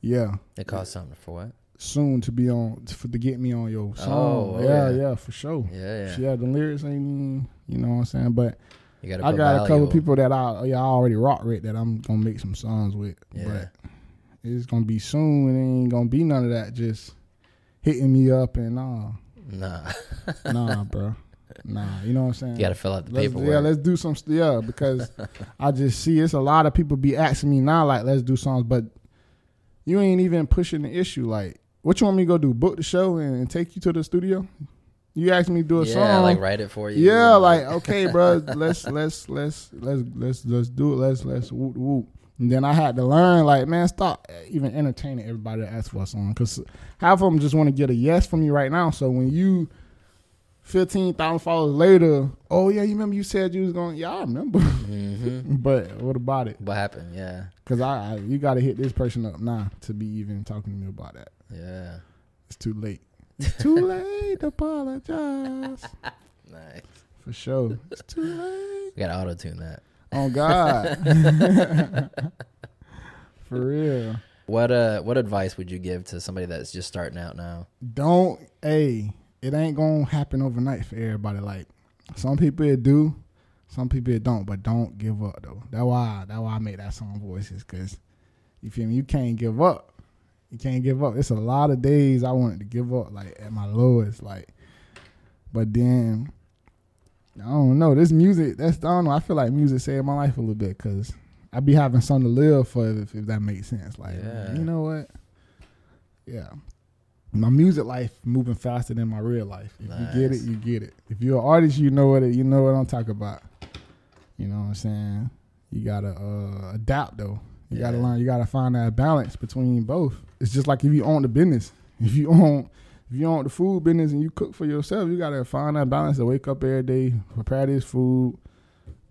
Speaker 2: yeah.
Speaker 1: It costs something for what?
Speaker 2: Soon to be on for to get me on your song.
Speaker 1: Oh,
Speaker 2: yeah,
Speaker 1: yeah.
Speaker 2: yeah, for sure.
Speaker 1: Yeah, yeah.
Speaker 2: Yeah, the lyrics ain't even- you know what I'm saying? But
Speaker 1: You gotta
Speaker 2: I
Speaker 1: put
Speaker 2: got a couple
Speaker 1: value.
Speaker 2: people that I yeah, I already rock with that I'm gonna make some songs with.
Speaker 1: Yeah.
Speaker 2: But it's gonna be soon and it ain't gonna be none of that just hitting me up and nah.
Speaker 1: Nah.
Speaker 2: nah, bro. Nah, you know what I'm saying?
Speaker 1: You gotta fill out the
Speaker 2: Let's-
Speaker 1: paperwork.
Speaker 2: yeah, let's do some. st- Yeah, because I just see it's a lot of people be asking me now, like, let's do songs, but you ain't even pushing the issue. Like, What you want me to go do? Book the show and, and take you to the studio? You asked me to do a
Speaker 1: yeah,
Speaker 2: song.
Speaker 1: like write it for you.
Speaker 2: yeah,
Speaker 1: and-
Speaker 2: like okay, bro. Let's let's let's let's let's let's do it. Let's let's whoop whoop. And then I had to learn, like, man, stop even entertaining everybody that asks for a song, because half of them just want to get a yes from you right now. So when you fifteen thousand followers later, oh yeah, you remember you said you was going, yeah, I remember.
Speaker 1: Mhm.
Speaker 2: but what about it?
Speaker 1: What happened? Yeah,
Speaker 2: Because I, I you got to hit this person up now to be even talking to me about that.
Speaker 1: yeah,
Speaker 2: It's too late. too late to apologize.
Speaker 1: nice.
Speaker 2: For sure. It's too late.
Speaker 1: We gotta auto tune that.
Speaker 2: Oh God. For real.
Speaker 1: What uh, what advice would you give to somebody that's just starting out now?
Speaker 2: Don't hey, it ain't gonna happen overnight for everybody. Like some people it do, some people it don't, but don't give up though. That's why that's why I make that song voices, cause you feel me, you can't give up. You can't give up. It's a lot of days I wanted to give up, like at my lowest, like but then I don't know. This music, that's I don't know. I feel like music saved my life a little bit because I be having something to live for if, if that makes sense. Like
Speaker 1: Yeah.
Speaker 2: you know what? Yeah. My music life moving faster than my real life. If you get
Speaker 1: Nice.
Speaker 2: it, you get it. If you're an artist, you know what it you know what I'm talking about. You know what I'm saying? You gotta uh, adapt though. You gotta
Speaker 1: Yeah.
Speaker 2: learn. You gotta find that balance between both. It's just like if you own the business. If you own, if you own the food business and you cook for yourself, you gotta find that balance. To wake up every day, prepare this food.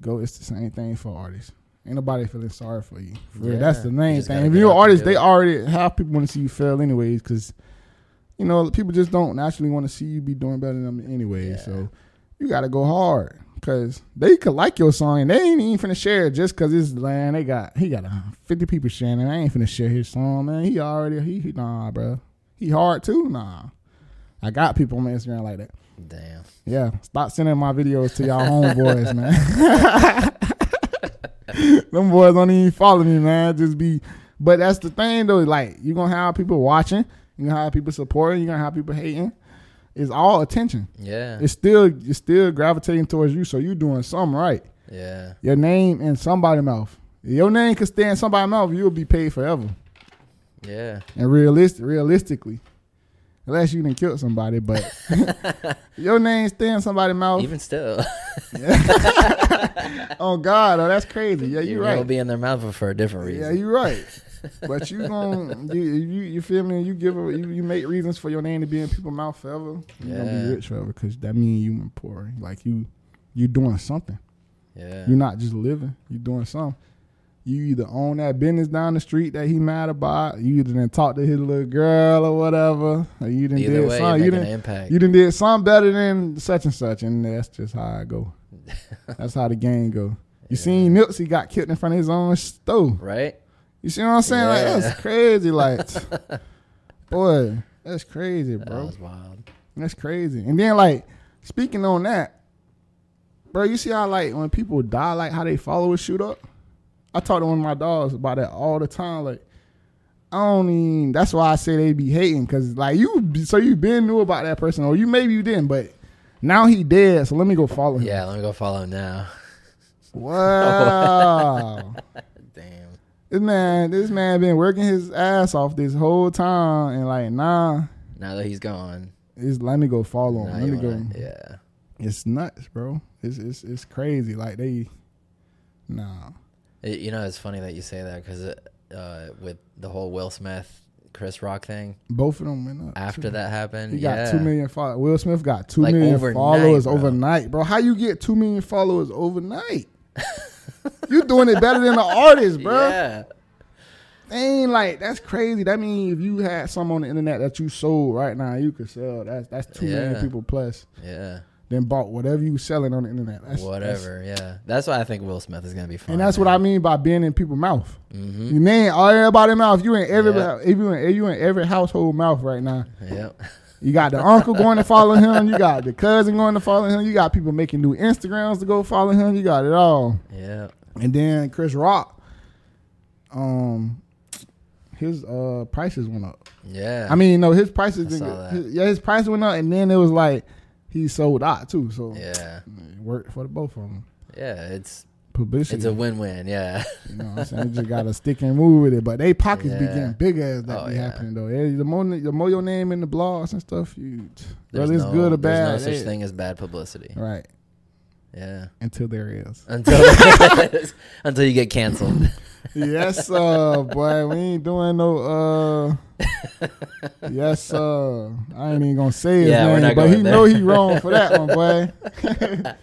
Speaker 2: Go. It's the same thing for artists. Ain't nobody feeling sorry for you. For real.
Speaker 1: Yeah.
Speaker 2: That's the
Speaker 1: You
Speaker 2: main
Speaker 1: just
Speaker 2: thing.
Speaker 1: gotta
Speaker 2: If
Speaker 1: get
Speaker 2: you're
Speaker 1: out
Speaker 2: an
Speaker 1: and
Speaker 2: artist,
Speaker 1: do
Speaker 2: they
Speaker 1: it.
Speaker 2: already half people want to see you fail anyways. Because you know people just don't naturally want to see you be doing better than them anyway.
Speaker 1: Yeah.
Speaker 2: So you gotta go hard because they could like your song and they ain't even finna share it just because it's land they got he got uh, 50 people sharing it. I ain't finna share his song man he already he, he nah bro he hard too nah I got people on my Instagram like that
Speaker 1: Damn.
Speaker 2: yeah stop sending my videos to y'all homeboys man them boys don't even follow me man just be but that's the thing though like you gonna have people watching you gonna have people supporting you gonna have people hating it's all attention
Speaker 1: Yeah,
Speaker 2: it's still it's still gravitating towards you. So you doing something right.
Speaker 1: yeah,
Speaker 2: Your name in somebody's mouth. If Your name could stay in somebody's mouth. You'll be paid forever.
Speaker 1: yeah.
Speaker 2: And realistic, realistically, unless you didn't kill somebody, but your name stay in somebody's mouth.
Speaker 1: Even still,
Speaker 2: oh God, oh that's crazy. Yeah, you're
Speaker 1: will
Speaker 2: right.
Speaker 1: be in their mouth for a different reason.
Speaker 2: Yeah, you're right. But you gon' you, you you feel me? You give a, you, you make reasons for your name to be in people's mouth forever. You are gonna
Speaker 1: Yeah.
Speaker 2: be rich forever because that means you important. Like you you doing something.
Speaker 1: yeah.
Speaker 2: You're not just living. You're doing something. You either own that business down the street that he mad about. You either didn't talk to his little girl or whatever. Or you didn't
Speaker 1: Either
Speaker 2: did
Speaker 1: way, you're
Speaker 2: something. You
Speaker 1: making an
Speaker 2: didn't
Speaker 1: impact.
Speaker 2: you didn't did something better than such and such. And that's just how I go. that's how the game go. You
Speaker 1: Yeah.
Speaker 2: seen Nipsey got killed in front of his own stove.
Speaker 1: right?
Speaker 2: You see what I'm saying?
Speaker 1: Yeah.
Speaker 2: Like that's crazy. Like boy, that's crazy,
Speaker 1: That
Speaker 2: bro.
Speaker 1: was wild.
Speaker 2: That's crazy. And then like speaking on that, bro, you see how like when people die, like how they followers shoot up. I talk to one of my dogs about that all the time. Like I don't even. That's why I say they be hating because like you. be- So you been knew about that person, or you maybe you didn't, but now he dead. So let me go follow him.
Speaker 1: Yeah, let me go follow him now.
Speaker 2: Wow.
Speaker 1: Damn.
Speaker 2: this man, this man been working his ass off this whole time, and like nah,
Speaker 1: Now that he's gone,
Speaker 2: it's let me go follow
Speaker 1: now
Speaker 2: him. let
Speaker 1: you
Speaker 2: me go.
Speaker 1: wanna- yeah.
Speaker 2: It's nuts, bro. It's it's it's crazy. Like they, nah.
Speaker 1: It- you know, it's funny that you say that because uh, with the whole Will Smith, Chris Rock thing,
Speaker 2: Both of them went up.
Speaker 1: after that happened,
Speaker 2: he
Speaker 1: yeah,
Speaker 2: got two million followers. Will Smith got two
Speaker 1: Like,
Speaker 2: million
Speaker 1: overnight,
Speaker 2: followers
Speaker 1: bro.
Speaker 2: overnight, bro. How you get two million followers overnight? you doing it better than the artist, bro.
Speaker 1: yeah,
Speaker 2: Dang, like that's crazy. That mean if you had some on the internet that you sold right now, you could sell. That's that's two million
Speaker 1: Yeah.
Speaker 2: people plus.
Speaker 1: yeah,
Speaker 2: Then bought whatever you selling on the internet. That's, that's-
Speaker 1: whatever, yeah. That's why I think Will Smith is gonna be fine.
Speaker 2: and that's what I mean by being in people's mouth.
Speaker 1: Mm-hmm.
Speaker 2: You name all everybody mouth. You in every
Speaker 1: Yeah.
Speaker 2: if you in you in every household mouth right now.
Speaker 1: Yep.
Speaker 2: You got the uncle going to follow him. You got the cousin going to follow him. You got people making new Instagrams to go follow him. You got it all.
Speaker 1: Yep.
Speaker 2: And then Chris Rock, um, his uh prices went up.
Speaker 1: Yeah.
Speaker 2: I mean, no, his prices
Speaker 1: I
Speaker 2: didn't.
Speaker 1: saw that.
Speaker 2: his- yeah, his price went up, and then it was like he sold out too. So
Speaker 1: yeah,
Speaker 2: it worked for the both of them.
Speaker 1: yeah. It's
Speaker 2: publicity.
Speaker 1: It's a win-win. Yeah.
Speaker 2: You know what I'm saying? You just gotta stick and move with it. But they pockets be
Speaker 1: Yeah.
Speaker 2: getting bigger as that
Speaker 1: Oh,
Speaker 2: be
Speaker 1: yeah.
Speaker 2: happening though. Yeah, the more the more your name in the blogs and stuff, you
Speaker 1: There's
Speaker 2: whether it's
Speaker 1: no-
Speaker 2: good or bad.
Speaker 1: There's no
Speaker 2: eh,
Speaker 1: such thing as bad publicity.
Speaker 2: Right.
Speaker 1: Yeah.
Speaker 2: Until there is.
Speaker 1: Until until you get canceled.
Speaker 2: yes, uh boy, we ain't doing no uh Yes, sir. I ain't even gonna say his
Speaker 1: Yeah, we're
Speaker 2: name,
Speaker 1: not
Speaker 2: but
Speaker 1: going
Speaker 2: he
Speaker 1: there.
Speaker 2: know he wrong for that one, boy.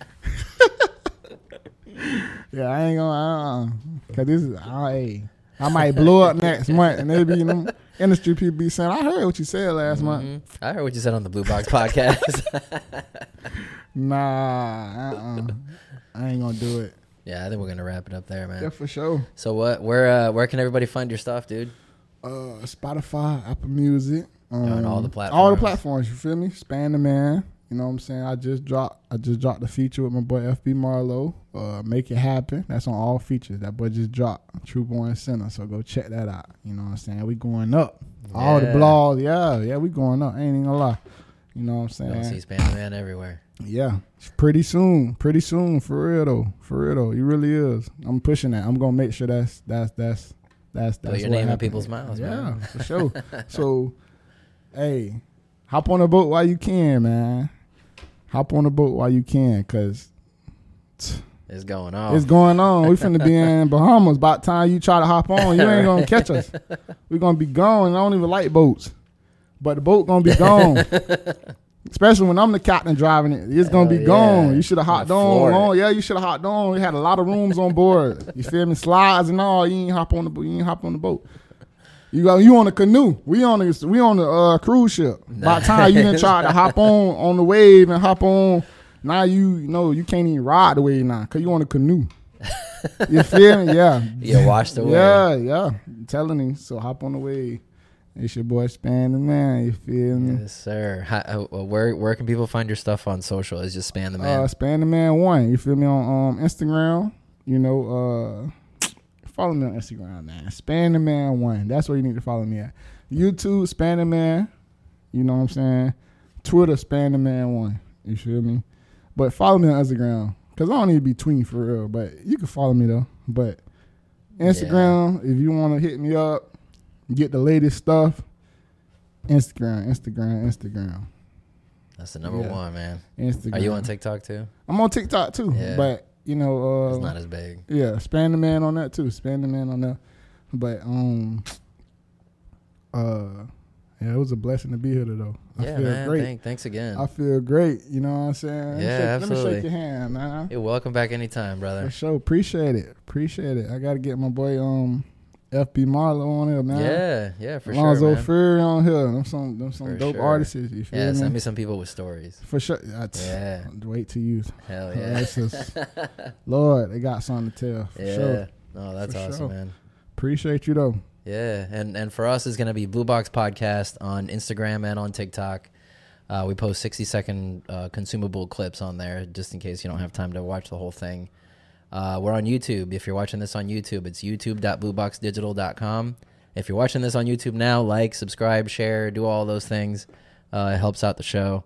Speaker 2: yeah, I ain't gonna uh, cause this is I hey, I might blow up next month and it'll be them industry people be saying, I heard what you said last month.
Speaker 1: Mhm. I heard what you said on the Blue Box podcast. Mm-hmm.
Speaker 2: Nah, uh-uh. I ain't gonna do it.
Speaker 1: yeah, I think we're gonna wrap it up there, man.
Speaker 2: Yeah, for sure.
Speaker 1: So what? Where? Uh, where can everybody find your stuff, dude?
Speaker 2: uh Spotify, Apple Music, um,
Speaker 1: on all the platforms.
Speaker 2: All the platforms, you feel me? Span the man. You know what I'm saying? I just dropped I just dropped the feature with my boy FB Marlowe. Uh Make It Happen. That's on all features. That boy just dropped True Born Center. So go check that out. You know what I'm saying? We going up. All the
Speaker 1: Yeah.
Speaker 2: blogs, yeah, yeah, we going up. ain't even gonna lie. You know what I'm saying?
Speaker 1: Don't see Spam Man everywhere.
Speaker 2: Yeah, pretty soon, pretty soon, for real though, for real though, he really is. I'm pushing that. I'm gonna make sure that's that's that's that's that's
Speaker 1: your
Speaker 2: what
Speaker 1: name in
Speaker 2: happened.
Speaker 1: people's mouths,
Speaker 2: Yeah,
Speaker 1: man.
Speaker 2: for sure. so, hey, hop on the boat while you can, man. Hop on the boat while you can, cause
Speaker 1: It's going on.
Speaker 2: it's going on. We finna be in Bahamas. By the time you try to hop on, you ain't gonna catch us. We gonna be gone. I don't even like boats, but the boat gonna be gone. Especially when I'm the captain driving it, it's gonna
Speaker 1: Hell
Speaker 2: be gone.
Speaker 1: yeah.
Speaker 2: You should have hopped
Speaker 1: Gonna
Speaker 2: on.
Speaker 1: floor it.
Speaker 2: long- Yeah, you should have hopped on. We had a lot of rooms on board. You feel me? Slides and all. You ain't hop on the boat. You ain't hop on the boat. You go. You on a canoe. We on the we on the uh, cruise ship. By the time you didn't try to hop on on the wave and hop on, now you, you know you can't even ride the wave now because you on a canoe. You feel me? Yeah.
Speaker 1: you washed away.
Speaker 2: Yeah, yeah. I'm telling you. So hop on the wave. It's your boy Span the Man. You feel me?
Speaker 1: Yes, sir. Hi, uh, uh, where where can people find your stuff on social? It's just Spam the Man.
Speaker 2: Uh, Span the Man One. You feel me on um, Instagram? You know, uh, follow me on Instagram now. Span the Man One. That's where you need to follow me at. YouTube Span the Man. You know what I'm saying? Twitter Span the Man One. You feel me? But follow me on Instagram because I don't need to be tweeting for real. But you can follow me though. But Instagram, if you want to hit me up, get the latest stuff. Instagram, Instagram, Instagram,
Speaker 1: That's the number
Speaker 2: yeah.
Speaker 1: one, man.
Speaker 2: Instagram.
Speaker 1: Are you on TikTok too?
Speaker 2: I'm on TikTok too,
Speaker 1: Yeah.
Speaker 2: but you know, uh,
Speaker 1: It's not as big.
Speaker 2: yeah, span the man on that too. Span the man on that, but um, uh, yeah, it was a blessing to be here though. I
Speaker 1: yeah,
Speaker 2: feel
Speaker 1: man.
Speaker 2: great.
Speaker 1: Thank, thanks again.
Speaker 2: I feel great. You know what I'm saying? Let me
Speaker 1: Yeah,
Speaker 2: shake- Let me
Speaker 1: absolutely.
Speaker 2: shake your hand, man.
Speaker 1: You're welcome back anytime,
Speaker 2: For
Speaker 1: brother.
Speaker 2: sure. Appreciate it. Appreciate it. I gotta get my boy um, FB Marlowe on here, man.
Speaker 1: Yeah, yeah, for
Speaker 2: Lonzo
Speaker 1: sure, man.
Speaker 2: Fury on here. Them some them some
Speaker 1: For
Speaker 2: dope
Speaker 1: sure.
Speaker 2: artists. You feel
Speaker 1: yeah,
Speaker 2: me?
Speaker 1: send me some people with stories.
Speaker 2: For sure. I t-
Speaker 1: Yeah.
Speaker 2: Wait till you.
Speaker 1: Hell
Speaker 2: Yeah,
Speaker 1: yeah.
Speaker 2: it's just- Lord, they got something to tell. For
Speaker 1: yeah.
Speaker 2: sure.
Speaker 1: No, that's
Speaker 2: For
Speaker 1: awesome,
Speaker 2: sure.
Speaker 1: man.
Speaker 2: Appreciate you though.
Speaker 1: Yeah, and and for us, it's gonna be Blue Box Podcast on Instagram and on TikTok. Uh, we post sixty second uh, consumable clips on there, just in case you don't have time to watch the whole thing. Uh, we're on YouTube. If you're watching this on YouTube, it's youtube.blueboxdigital.com. If you're watching this on YouTube now, like, subscribe, share, do all those things. Uh, it helps out the show.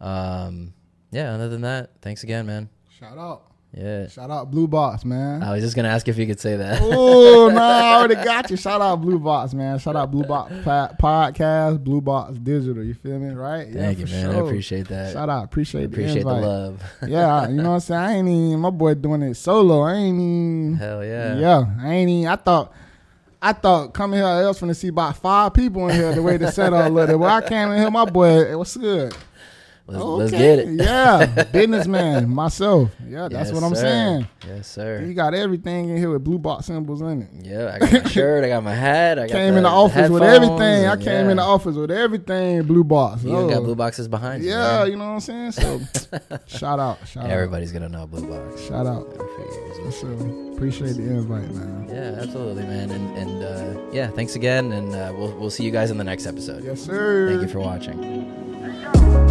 Speaker 1: Um, yeah. Other than that, thanks again, man.
Speaker 2: Shout out.
Speaker 1: Yeah.
Speaker 2: Shout out Blue Box, man.
Speaker 1: I was just gonna ask if you could say that.
Speaker 2: Oh, no, I already got you. Shout out Blue Box, man. Shout out Blue Box po- Podcast, Blue Box Digital. You feel me? Right?
Speaker 1: Thank you,
Speaker 2: for
Speaker 1: man. I appreciate that.
Speaker 2: Shout out. Appreciate,
Speaker 1: appreciate the
Speaker 2: invite.
Speaker 1: love.
Speaker 2: yeah, I- you know what I'm saying? I ain't even, my boy doing it solo. I ain't even.
Speaker 1: Hell yeah.
Speaker 2: Yeah. I ain't even, I thought. I thought coming here, I was finna see about five people in here the way the setup looked. Well, I came in here, my boy, it was good.
Speaker 1: Let's,
Speaker 2: Oh, Okay.
Speaker 1: let's get it.
Speaker 2: Yeah, businessman myself. Yeah, that's
Speaker 1: Yes,
Speaker 2: what I'm
Speaker 1: sir.
Speaker 2: saying.
Speaker 1: Yes, sir.
Speaker 2: You got everything in here with blue box symbols in it.
Speaker 1: Yeah, I got my shirt. I got my hat. I got
Speaker 2: Came in the office with everything. I came in the office with everything blue box.
Speaker 1: You even
Speaker 2: Oh,
Speaker 1: got blue boxes behind you.
Speaker 2: yeah,
Speaker 1: man.
Speaker 2: you know what I'm saying. So shout out, shout
Speaker 1: Everybody's gonna know blue box.
Speaker 2: out, shout out.
Speaker 1: Figures,
Speaker 2: For
Speaker 1: man.
Speaker 2: sure. Appreciate the invite, man.
Speaker 1: Yeah, absolutely, man. And and uh, yeah, thanks again, and uh, we'll we'll see you guys in the next episode.
Speaker 2: Yes, sir.
Speaker 1: Thank you for watching.
Speaker 3: Hey, yo.